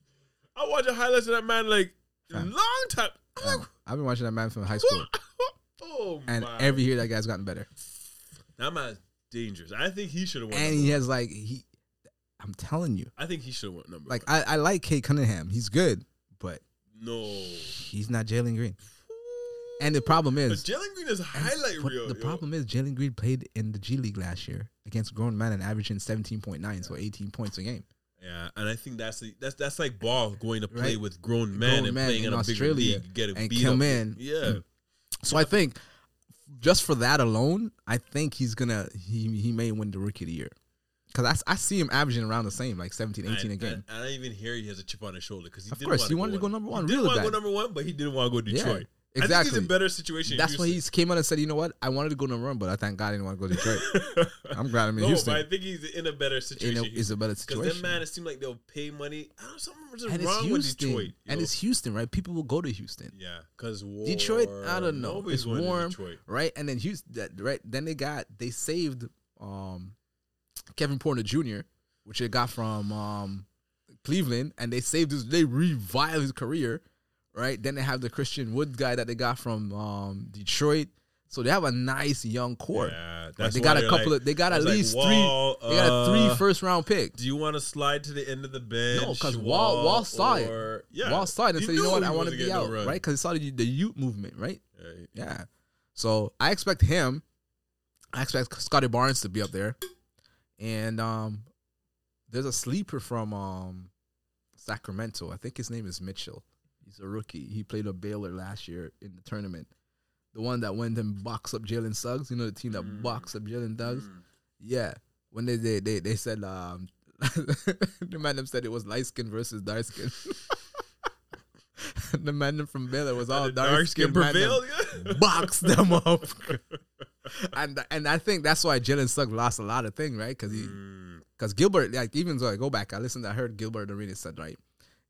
S1: I watched the highlights of that man like
S2: Fam.
S1: long time. I'm
S2: Um,
S1: like,
S2: I've been watching that man from high school,
S1: oh
S2: and
S1: my!
S2: every year that guy's gotten better.
S1: that man's dangerous. I think he should have won.
S2: And
S1: number
S2: he has like he, I'm telling you,
S1: one. I think he should have won number
S2: like
S1: one.
S2: I, I like Kate Cunningham. He's good, but
S1: No.
S2: he's not Jalen Green. And the problem
S1: But
S2: is,
S1: Jalen Green is a highlight
S2: but
S1: reel.
S2: the
S1: yo.
S2: problem is Jalen Green played in the G League last year against grown men and averaging 17.9, so 18 points a game.
S1: Yeah, and I think that's the, that's that's like ball going to play
S2: Right.
S1: with grown men
S2: Grown
S1: and
S2: men
S1: playing
S2: in
S1: in, a bigger
S2: Australia
S1: league, you get a
S2: and
S1: beat
S2: come
S1: up.
S2: in.
S1: Yeah,
S2: So I think just for that alone, I think he's gonna he he may win the rookie of the year. Cause I s- I, see him averaging around the same, like 17, 18
S1: and,
S2: a game.
S1: And, and I didn't even hear he has a chip on his shoulder because he
S2: Of
S1: didn't
S2: course,
S1: wanna
S2: he wanted to go number one
S1: He didn't
S2: really
S1: wanna
S2: bad.
S1: go number one, but he didn't want to go to
S2: Yeah,
S1: Detroit. I think he's
S2: exactly.
S1: in better situation.
S2: That's why
S1: in
S2: he came out and said, you know what? I wanted to go number one, but I thank God I didn't want to go to Detroit.
S1: Houston.
S2: I'm glad I'm in
S1: no, but I
S2: Houston.
S1: think he's in a better
S2: You know,
S1: situation.
S2: it's a better
S1: because them
S2: situation.
S1: man, it seemed like they'll pay money. I don't know something's
S2: and it's
S1: wrong with
S2: Houston.
S1: Detroit.
S2: and
S1: yo.
S2: it's Houston, right? People will go to Houston.
S1: yeah, because war.
S2: Detroit, I don't know.
S1: Nobody's
S2: It's
S1: going to
S2: warm.
S1: Detroit.
S2: right? And then Houston, that, right? Then they got they saved um, Kevin Porter Jr., which they got from um, Cleveland, and they saved his. They revived his career, right? Then they have the Christian Wood guy that they got from um, Detroit, so they have a nice young core.
S1: Yeah,
S2: Like,
S1: that's
S2: they got
S1: why
S2: a
S1: they're
S2: couple
S1: like-
S2: of. They got
S1: I
S2: at
S1: was like,
S2: least
S1: Wall,
S2: three. They got a
S1: uh,
S2: three first round picks.
S1: Do you want to slide to the end of the bench?
S2: No, 'cause Wall- Wall saw it.
S1: or- Yeah.
S2: Yeah. Wall saw it and
S1: He
S2: said, "You
S1: knew
S2: know what?
S1: he
S2: I want to
S1: wasn't
S2: be
S1: getting no
S2: out,
S1: run.
S2: right? Because he saw the, the youth movement, right?
S1: Right.
S2: Yeah. So I expect him. I expect Scotty Barnes to be up there. And um there's a sleeper from um Sacramento. I think his name is Mitchell. He's a rookie. He played a Baylor last year in the tournament. The one that went and boxed up Jalen Suggs. You know the team that
S1: Mm.
S2: boxed up Jalen Suggs?
S1: Mm.
S2: Yeah. When they they they, they said um the man them said it was light skin versus dark skin. the man them from Baylor was all
S1: Did
S2: Oh, dark, skin, man them
S1: prevailed. Yeah.
S2: box them up. and and I think that's why Jalen Suggs lost a lot of things, right? Because he
S1: Mm.
S2: because Gilbert, like even though I go back, I listened, I heard Gilbert Arenas said right,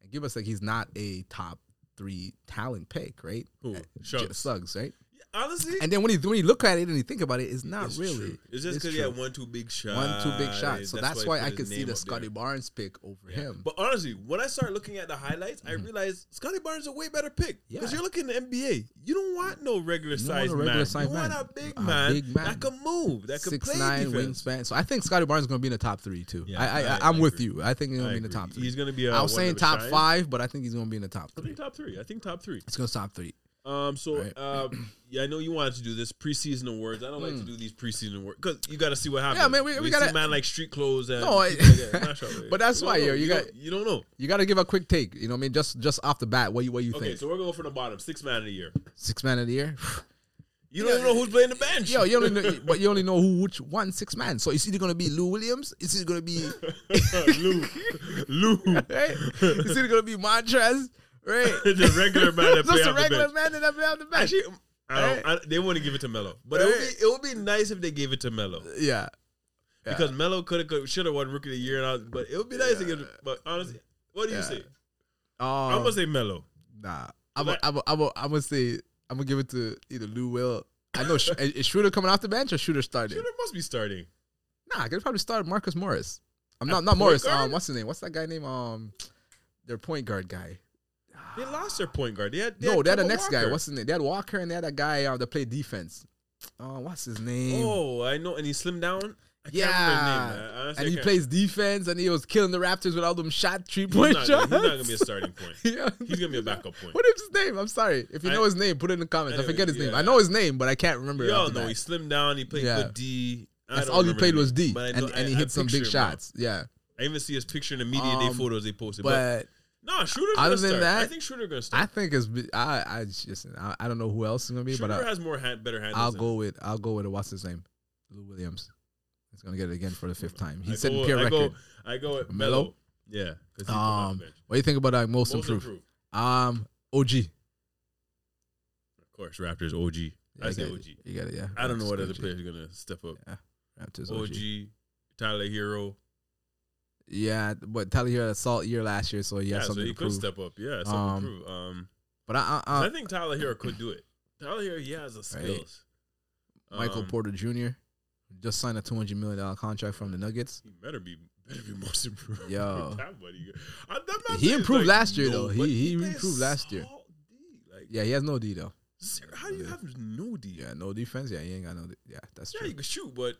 S2: and Gilbert said he's not a top three talent pick, right?
S1: Who?
S2: Jalen
S1: Shucks.
S2: Suggs, right?
S1: Honestly,
S2: And then when you when you look at it and you think about it, it's not
S1: it's
S2: really.
S1: true. It's just
S2: It's
S1: because he had
S2: true.
S1: one too big shot.
S2: One two big shots, so that's, why
S1: he put
S2: I
S1: his
S2: could see
S1: name
S2: the
S1: up
S2: Scotty
S1: there.
S2: Barnes pick over him. Mm-hmm.
S1: But honestly, when I started looking at the highlights, I realized Scotty Barnes is a way better pick. Because
S2: Yeah.
S1: you're looking at the NBA. You don't want no regular
S2: don't want
S1: size
S2: a regular
S1: man.
S2: size
S1: you
S2: man.
S1: want a big
S2: A
S1: man,
S2: big man.
S1: that can move, that can
S2: Six
S1: play
S2: nine
S1: defense.
S2: wingspan, so I think Scotty Barnes is going to be in the top three too.
S1: Yeah,
S2: I, I,
S1: I-
S2: I I'm
S1: I
S2: with
S1: agree.
S2: you. I think he's
S1: I
S2: going to be in the
S1: agree.
S2: top three.
S1: He's going to be. A
S2: I was
S1: one
S2: saying
S1: of a
S2: top
S1: shine.
S2: five, but I think he's going to be in the top
S1: I
S2: three.
S1: think top three. I think top three.
S2: It's going to top three.
S1: Um, so
S2: Right.
S1: uh, yeah, I know you wanted to do this preseason awards. I don't like to do these preseason awards because you got to see what happens.
S2: Mm. man, we-
S1: When
S2: we
S1: you
S2: gotta-
S1: see man like street clothes. And
S2: No, I-
S1: people like that, mash up, yeah.
S2: But that's
S1: You
S2: why,
S1: don't
S2: yo,
S1: know.
S2: you got-
S1: don't- you don't know.
S2: You got to give a quick take. You know what I mean? Just just off the bat, what you what you
S1: Okay,
S2: think?
S1: so we're going from the bottom. Six man of the year.
S2: six man of the year.
S1: You don't know who's playing the bench.
S2: Yo, you only know, but you only know who which one six man. So it's either gonna be Lou Williams, it's either gonna be
S1: Uh, Lou, Lou,
S2: right, it's either gonna be Montrez, right?
S1: the regular man that play
S2: Just a
S1: off the
S2: regular
S1: bench.
S2: man that play on the bench.
S1: Actually, I don't, I, they want to give it to Melo, but it would be it would be nice if they gave it to Melo.
S2: Yeah, Yeah.
S1: because Melo could have should have won Rookie of the Year, and all, but it would be nice to give. But honestly, what do you
S2: Yeah.
S1: say? I'm
S2: um,
S1: gonna say Melo.
S2: nah. I'm i I'm i I'm i I'm gonna say I'm gonna give it to either Lou Will. I know Sh- is Schroeder coming off the bench or Schroeder started.
S1: Shooter must be starting.
S2: Nah, I could probably start Marcus Morris. I'm
S1: At
S2: not not
S1: point
S2: Morris.
S1: guard?
S2: Um, what's his name? What's that guy name? Um, their point guard guy.
S1: They lost their point guard. They had, they
S2: No,
S1: had
S2: they're the
S1: Kemba
S2: next guy.
S1: Walker.
S2: What's his name? They had Walker and they had a guy uh, that played defense. Oh, what's his name?
S1: Oh, I know. And he slimmed down. I
S2: yeah.
S1: can't remember his name. I- honestly,
S2: and
S1: I
S2: he
S1: can't-
S2: plays defense and he was killing the Raptors with all them shot three
S1: He's
S2: point
S1: not, gonna-
S2: shots.
S1: he's not gonna be a starting point.
S2: Yeah.
S1: He's gonna be a backup point.
S2: What is his name? I'm sorry. If you
S1: I-
S2: know his name, put it in the comments. I
S1: Anyway,
S2: forget his name.
S1: yeah.
S2: I know his name, but I can't remember. it off
S1: Y'all
S2: the
S1: know
S2: bat.
S1: he slimmed down. He played
S2: Yeah.
S1: good D. I
S2: That's
S1: don't
S2: all he
S1: remember
S2: played
S1: the
S2: was
S1: name,
S2: D,
S1: but I know-
S2: and, and he
S1: I- I
S2: hit some
S1: picture
S2: big
S1: him now.
S2: shots. Yeah,
S1: I even see his picture in the media day
S2: Um,
S1: photos they posted. But,
S2: but
S1: no, Shooter's
S2: other
S1: gonna
S2: than
S1: start. I
S2: that,
S1: think Shooter gonna start.
S2: I think it's be- I I just I, I don't know who else is gonna be,
S1: Shooter
S2: but I,
S1: has more hand, better handles.
S2: I'll
S1: than-
S2: go with I'll go with what's his name, Lou Williams. He's gonna get it again for the fifth time.
S1: I
S2: He's setting
S1: go-
S2: pure
S1: I
S2: record.
S1: Go, I go with
S2: Melo?
S1: Melo. Yeah. 'cause he come off
S2: Um,
S1: bench.
S2: what do you think about uh, most,
S1: Most
S2: improved?
S1: improved.
S2: Um, OG.
S1: Of course, Raptors OG. I
S2: you
S1: say
S2: got it.
S1: OG.
S2: You got it. Yeah.
S1: I don't know
S2: Raptors
S1: what other
S2: OG.
S1: players are gonna step up.
S2: Raptors
S1: OG,
S2: OG.
S1: Tyler Hero.
S2: Yeah, but Tyler here had a salt year last year, so he
S1: Yeah,
S2: has
S1: so
S2: something
S1: he
S2: to
S1: could
S2: prove.
S1: step up. Yeah, something
S2: Um, uh,
S1: to prove. Um,
S2: But I, I, I,
S1: I think Tyler Hero could do it. Tyler Hero, he has the skills.
S2: Michael
S1: Um,
S2: Porter Jr. just signed a two hundred million dollar contract from the Nuggets.
S1: He better be better be most improved.
S2: Yo.
S1: that buddy. I, I'm not
S2: He
S1: saying,
S2: improved last year, though.
S1: but
S2: He- he
S1: plays
S2: improved last year.
S1: solid D. Like,
S2: Yeah, he has no D though.
S1: ser- how do you have no D? Yeah,
S2: Yeah, no defense. Yeah, he ain't got no. De- yeah, that's
S1: you
S2: true.
S1: can shoot, but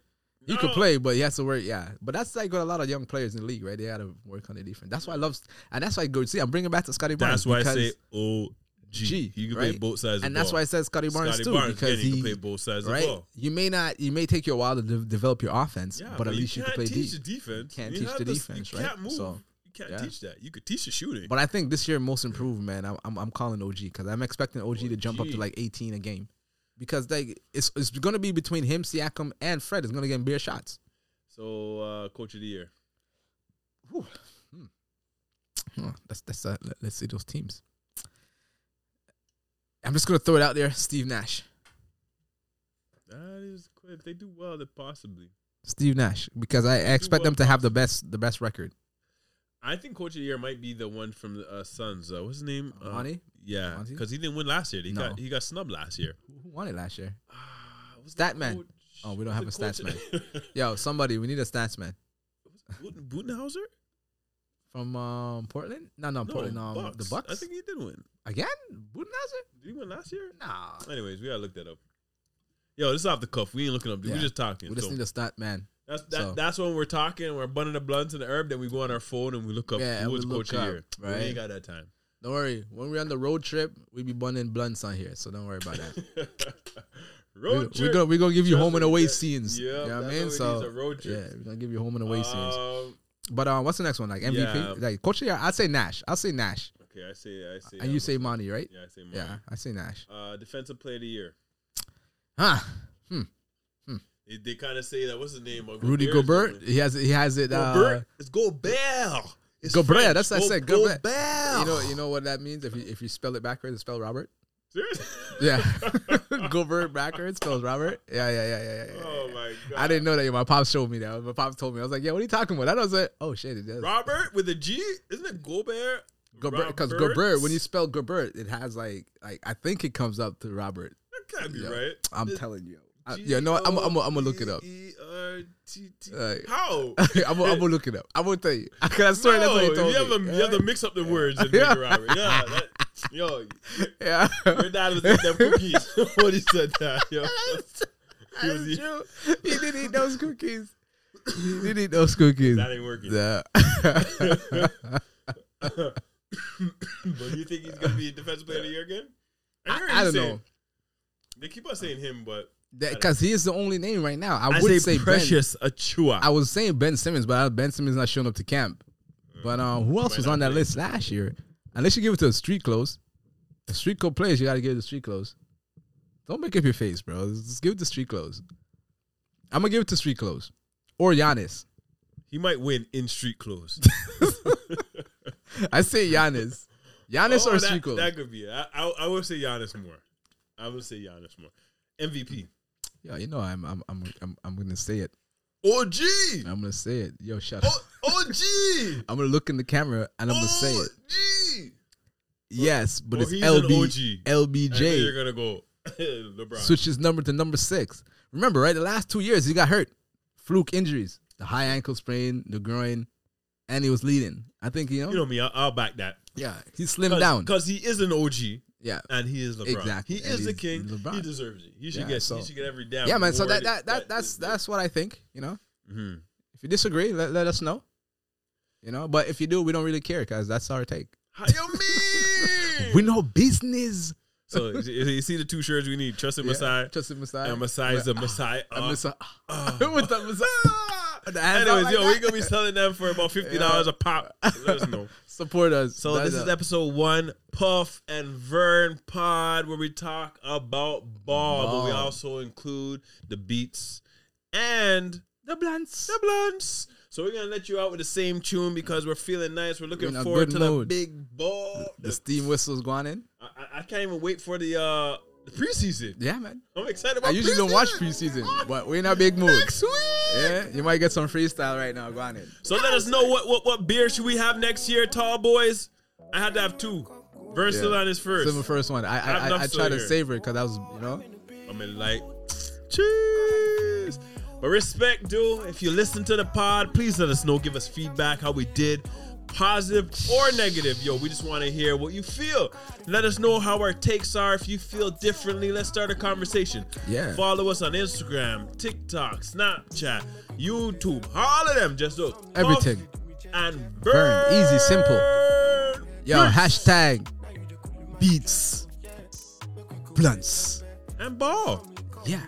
S2: He
S1: I
S2: could
S1: don't-
S2: play, but he has to work. Yeah, but that's like what a lot of young players in the league, right? They got to work on their defense. That's why I love, and that's why good. See, I'm bringing back to Scotty Barnes.
S1: That's why I
S2: because-
S1: say OG.
S2: G,
S1: he can play
S2: right?
S1: both sides. of
S2: and
S1: the
S2: that's why
S1: ball.
S2: I said Scotty Barnes
S1: Scotty
S2: too,
S1: Barnes,
S2: because
S1: again, he,
S2: he,
S1: can play both sides
S2: right.
S1: of the ball.
S2: You may not, you may take you a while to de- develop your offense,
S1: Yeah,
S2: but, at least you can
S1: can't
S2: play
S1: teach
S2: D.
S1: the defense.
S2: Can't
S1: You
S2: teach
S1: have
S2: the
S1: to-
S2: defense,
S1: you
S2: right?
S1: Can't move.
S2: So,
S1: you can't
S2: yeah.
S1: teach that. You could teach the shooting.
S2: But I think this year most improved, man. I'm I'm, I'm calling OG because I'm expecting OG to jump up to
S1: OG.
S2: like 18 a game, because like it's it's gonna be between him, Siakam, and Fred. It's gonna get beer shots.
S1: so, uh, coach of the year.
S2: Huh, That's that's uh, let- let's see those teams. I'm just gonna throw it out there, Steve Nash.
S1: That is, quite- if they do well, then possibly.
S2: Steve Nash, because I, I expect them to have the best the best record.
S1: I think coach of the year might be the one from the uh, Suns. Uh, what's his name? Uh,
S2: Monty?
S1: Yeah,
S2: Monty?
S1: because he didn't win last year. He
S2: No.
S1: got he got snubbed last year.
S2: Who won it last year?
S1: Ah, was the
S2: Statman.
S1: coach-
S2: Oh, we don't
S1: was
S2: have
S1: the
S2: a stats
S1: coach-
S2: Yo, somebody, we need a stats man
S1: Buten- Butenhauser?
S2: from um, Portland. No, no,
S1: No,
S2: Portland. Um, the Bucks
S1: I think he did win.
S2: again. Budenhauser?
S1: Did he win last year?
S2: Nah.
S1: Anyways, we gotta look that up. Yo, this is off the cuff. We ain't looking up. dude.
S2: Yeah.
S1: We just talking.
S2: We just
S1: so
S2: need a stat man.
S1: that's that,
S2: so-
S1: that's when we're talking. We're burning the blunts and the herb. Then we go on our phone and we look up
S2: Yeah,
S1: who
S2: and
S1: was
S2: we look
S1: coach of the
S2: up,
S1: year.
S2: right.
S1: We ain't got that time.
S2: Don't worry. When we're on the road trip, we be bunning blunts on here, so don't worry about that. we,
S1: road
S2: We're
S1: trip.
S2: gonna we're gonna give you
S1: Trust
S2: home and
S1: me,
S2: away
S1: yeah.
S2: scenes.
S1: Yeah,
S2: you know what I
S1: that's
S2: mean.
S1: what we
S2: So
S1: need is a road trip.
S2: yeah, we're gonna give you home and away scenes.
S1: Um,
S2: But uh, what's the next one? Like MVP?
S1: Yeah.
S2: Like coach of the year? I'd say Nash. I'll say Nash.
S1: okay, I say, I say,
S2: and Uh, you
S1: Alvarez.
S2: say Monty, right?
S1: yeah, I say,
S2: Yeah,
S1: mine.
S2: I say Nash.
S1: Uh, defensive player of the year.
S2: Huh.
S1: They, they kind of say that. What's his name? Uh,
S2: Rudy
S1: Gobert's
S2: Gobert.
S1: doing it.
S2: He has he has it uh
S1: Gobert. it's Gobert. It's
S2: Gobert,
S1: French.
S2: that's what I
S1: Go-
S2: said, Gobert.
S1: Gobert.
S2: you know you know what that means if you if you spell it backwards, it spell Robert.
S1: Seriously?
S2: Yeah. Gobert backwards spells Robert. Yeah, yeah, yeah, yeah, yeah. yeah,
S1: oh
S2: yeah.
S1: my god.
S2: I didn't know that. My pops showed me that. My pops told me. I was like, "Yeah, what are you talking about?" I was like, "Oh shit, it does."
S1: Robert with a G? Isn't it Gobert?
S2: Gobert, because
S1: Roberts?
S2: Gobert, when you spell Gobert, it has like, like I think it comes up to Robert.
S1: That can't be
S2: Yeah.
S1: right.
S2: I'm
S1: It's
S2: telling you. I, yeah, no, I'm, I'm, I'm gonna look it up.
S1: E G-O-B-E-R-T-T.
S2: Like-
S1: How?
S2: I'm, gonna- I'm gonna look it up. I won't tell you. I can swear that's what he
S1: No,
S2: told
S1: you have
S2: me.
S1: a- you have to mix up the words and make it Robert. Yeah, that, yo,
S2: yeah,
S1: your dad was eating them cookies when he said that. Yo. He was
S2: That's
S1: eating-
S2: true. He did eat those cookies. He did eat those cookies.
S1: That ain't working.
S2: Yeah.
S1: But do you think he's gonna be defensive player of the year again? hear
S2: I, I
S1: you
S2: don't
S1: saying-
S2: know
S1: They keep on saying him, but
S2: because he is the only name right now. I, would say Ben.
S1: Achua.
S2: I was saying Ben Simmons, but Ben Simmons not showing up to camp. But um, who else
S1: might
S2: was
S1: not
S2: on that
S1: play.
S2: list last year? Unless you give it to the street clothes, the street clothes players, you got to give it to street clothes. Don't make up your face, bro. Just give it to street clothes. I'm gonna give it to street clothes or Giannis.
S1: he might win in street clothes.
S2: I say Giannis, Giannis
S1: Oh,
S2: or
S1: that,
S2: street clothes.
S1: That could be. It. I, I I would say Giannis more. I would say Giannis more. MVP.
S2: Yo, you know I'm I'm I'm I'm, I'm gonna say it.
S1: Oh, OG.
S2: I'm gonna say it. Yo, shut up.
S1: O- OG.
S2: I'm gonna look in the camera and I'm gonna say it.
S1: OG.
S2: Yes, but
S1: well,
S2: it's
S1: Oh. he's an
S2: LB,
S1: OG. I knew
S2: LBJ.
S1: you're gonna go LeBron.
S2: switched his number to number six. Remember, right? The last two years he got hurt, fluke injuries, the high ankle sprain, the groin, and he was leading. I think you know.
S1: You know me, I'll, I'll back that.
S2: yeah, he slimmed down.
S1: because he is an OG
S2: yeah,
S1: and he is LeBron.
S2: Exactly,
S1: He
S2: and
S1: is the
S2: he's
S1: king.
S2: LeBron.
S1: He deserves it. He should
S2: Yeah,
S1: get.
S2: so-
S1: he should get every damn.
S2: yeah, man. So
S1: award
S2: that that, that that's
S1: is-
S2: that's what I think. You know,
S1: Mhm.
S2: if you disagree, let, let us know. You know, but if you do, we don't really care because that's our take.
S1: How you mean?
S2: We know business.
S1: so you- you see the two shirts we need: Trusted
S2: Yeah,
S1: Messiah
S2: Trusted Messiah.
S1: and Messiah is a Messiah.
S2: A Messiah.
S1: Ah.
S2: With the Messiah. The hands out
S1: Anyways,
S2: like
S1: yo, we're
S2: that.
S1: gonna be selling them for about fifty dollars a pop. Let us know.
S2: support us.
S1: So
S2: That's
S1: this is
S2: a-
S1: episode one, Puff and Vern Pod, where we talk about ball, but we
S2: Ball.
S1: also include the beats and
S2: the blunts.
S1: the blunts. So we're gonna let you out with the same tune because we're feeling nice. We're looking
S2: in a
S1: forward to
S2: good mood.
S1: the big ball.
S2: The steam whistle's going in.
S1: I, I- I can't even wait for the uh the preseason.
S2: Yeah, man.
S1: I'm excited about
S2: I usually don't watch preseason, but we're in a big mood.
S1: Oh, Next week.
S2: Yeah, you might get some freestyle right now. Go on it.
S1: So let us know what, what what beer should we have next year, tall boys. I had to have two. Vern still on his first.
S2: This is my first one. I
S1: Have
S2: I, I,
S1: enough
S2: I try to
S1: soda.
S2: savor it because I was, you know.
S1: I mean, like, cheers. But respect, dude. If you listen to the pod, please let us know. Give us feedback how we did, positive or negative. Yo, we just want to hear what you feel. Let us know how our takes are. If you feel differently, let's start a conversation.
S2: Yeah.
S1: Follow us on Instagram, TikTok, Snapchat, YouTube, all of them. Just look.
S2: Everything.
S1: Puff And burn.
S2: Burn. Easy, simple. Yo,
S1: Peace.
S2: hashtag beats blunts.
S1: and ball.
S2: Yeah.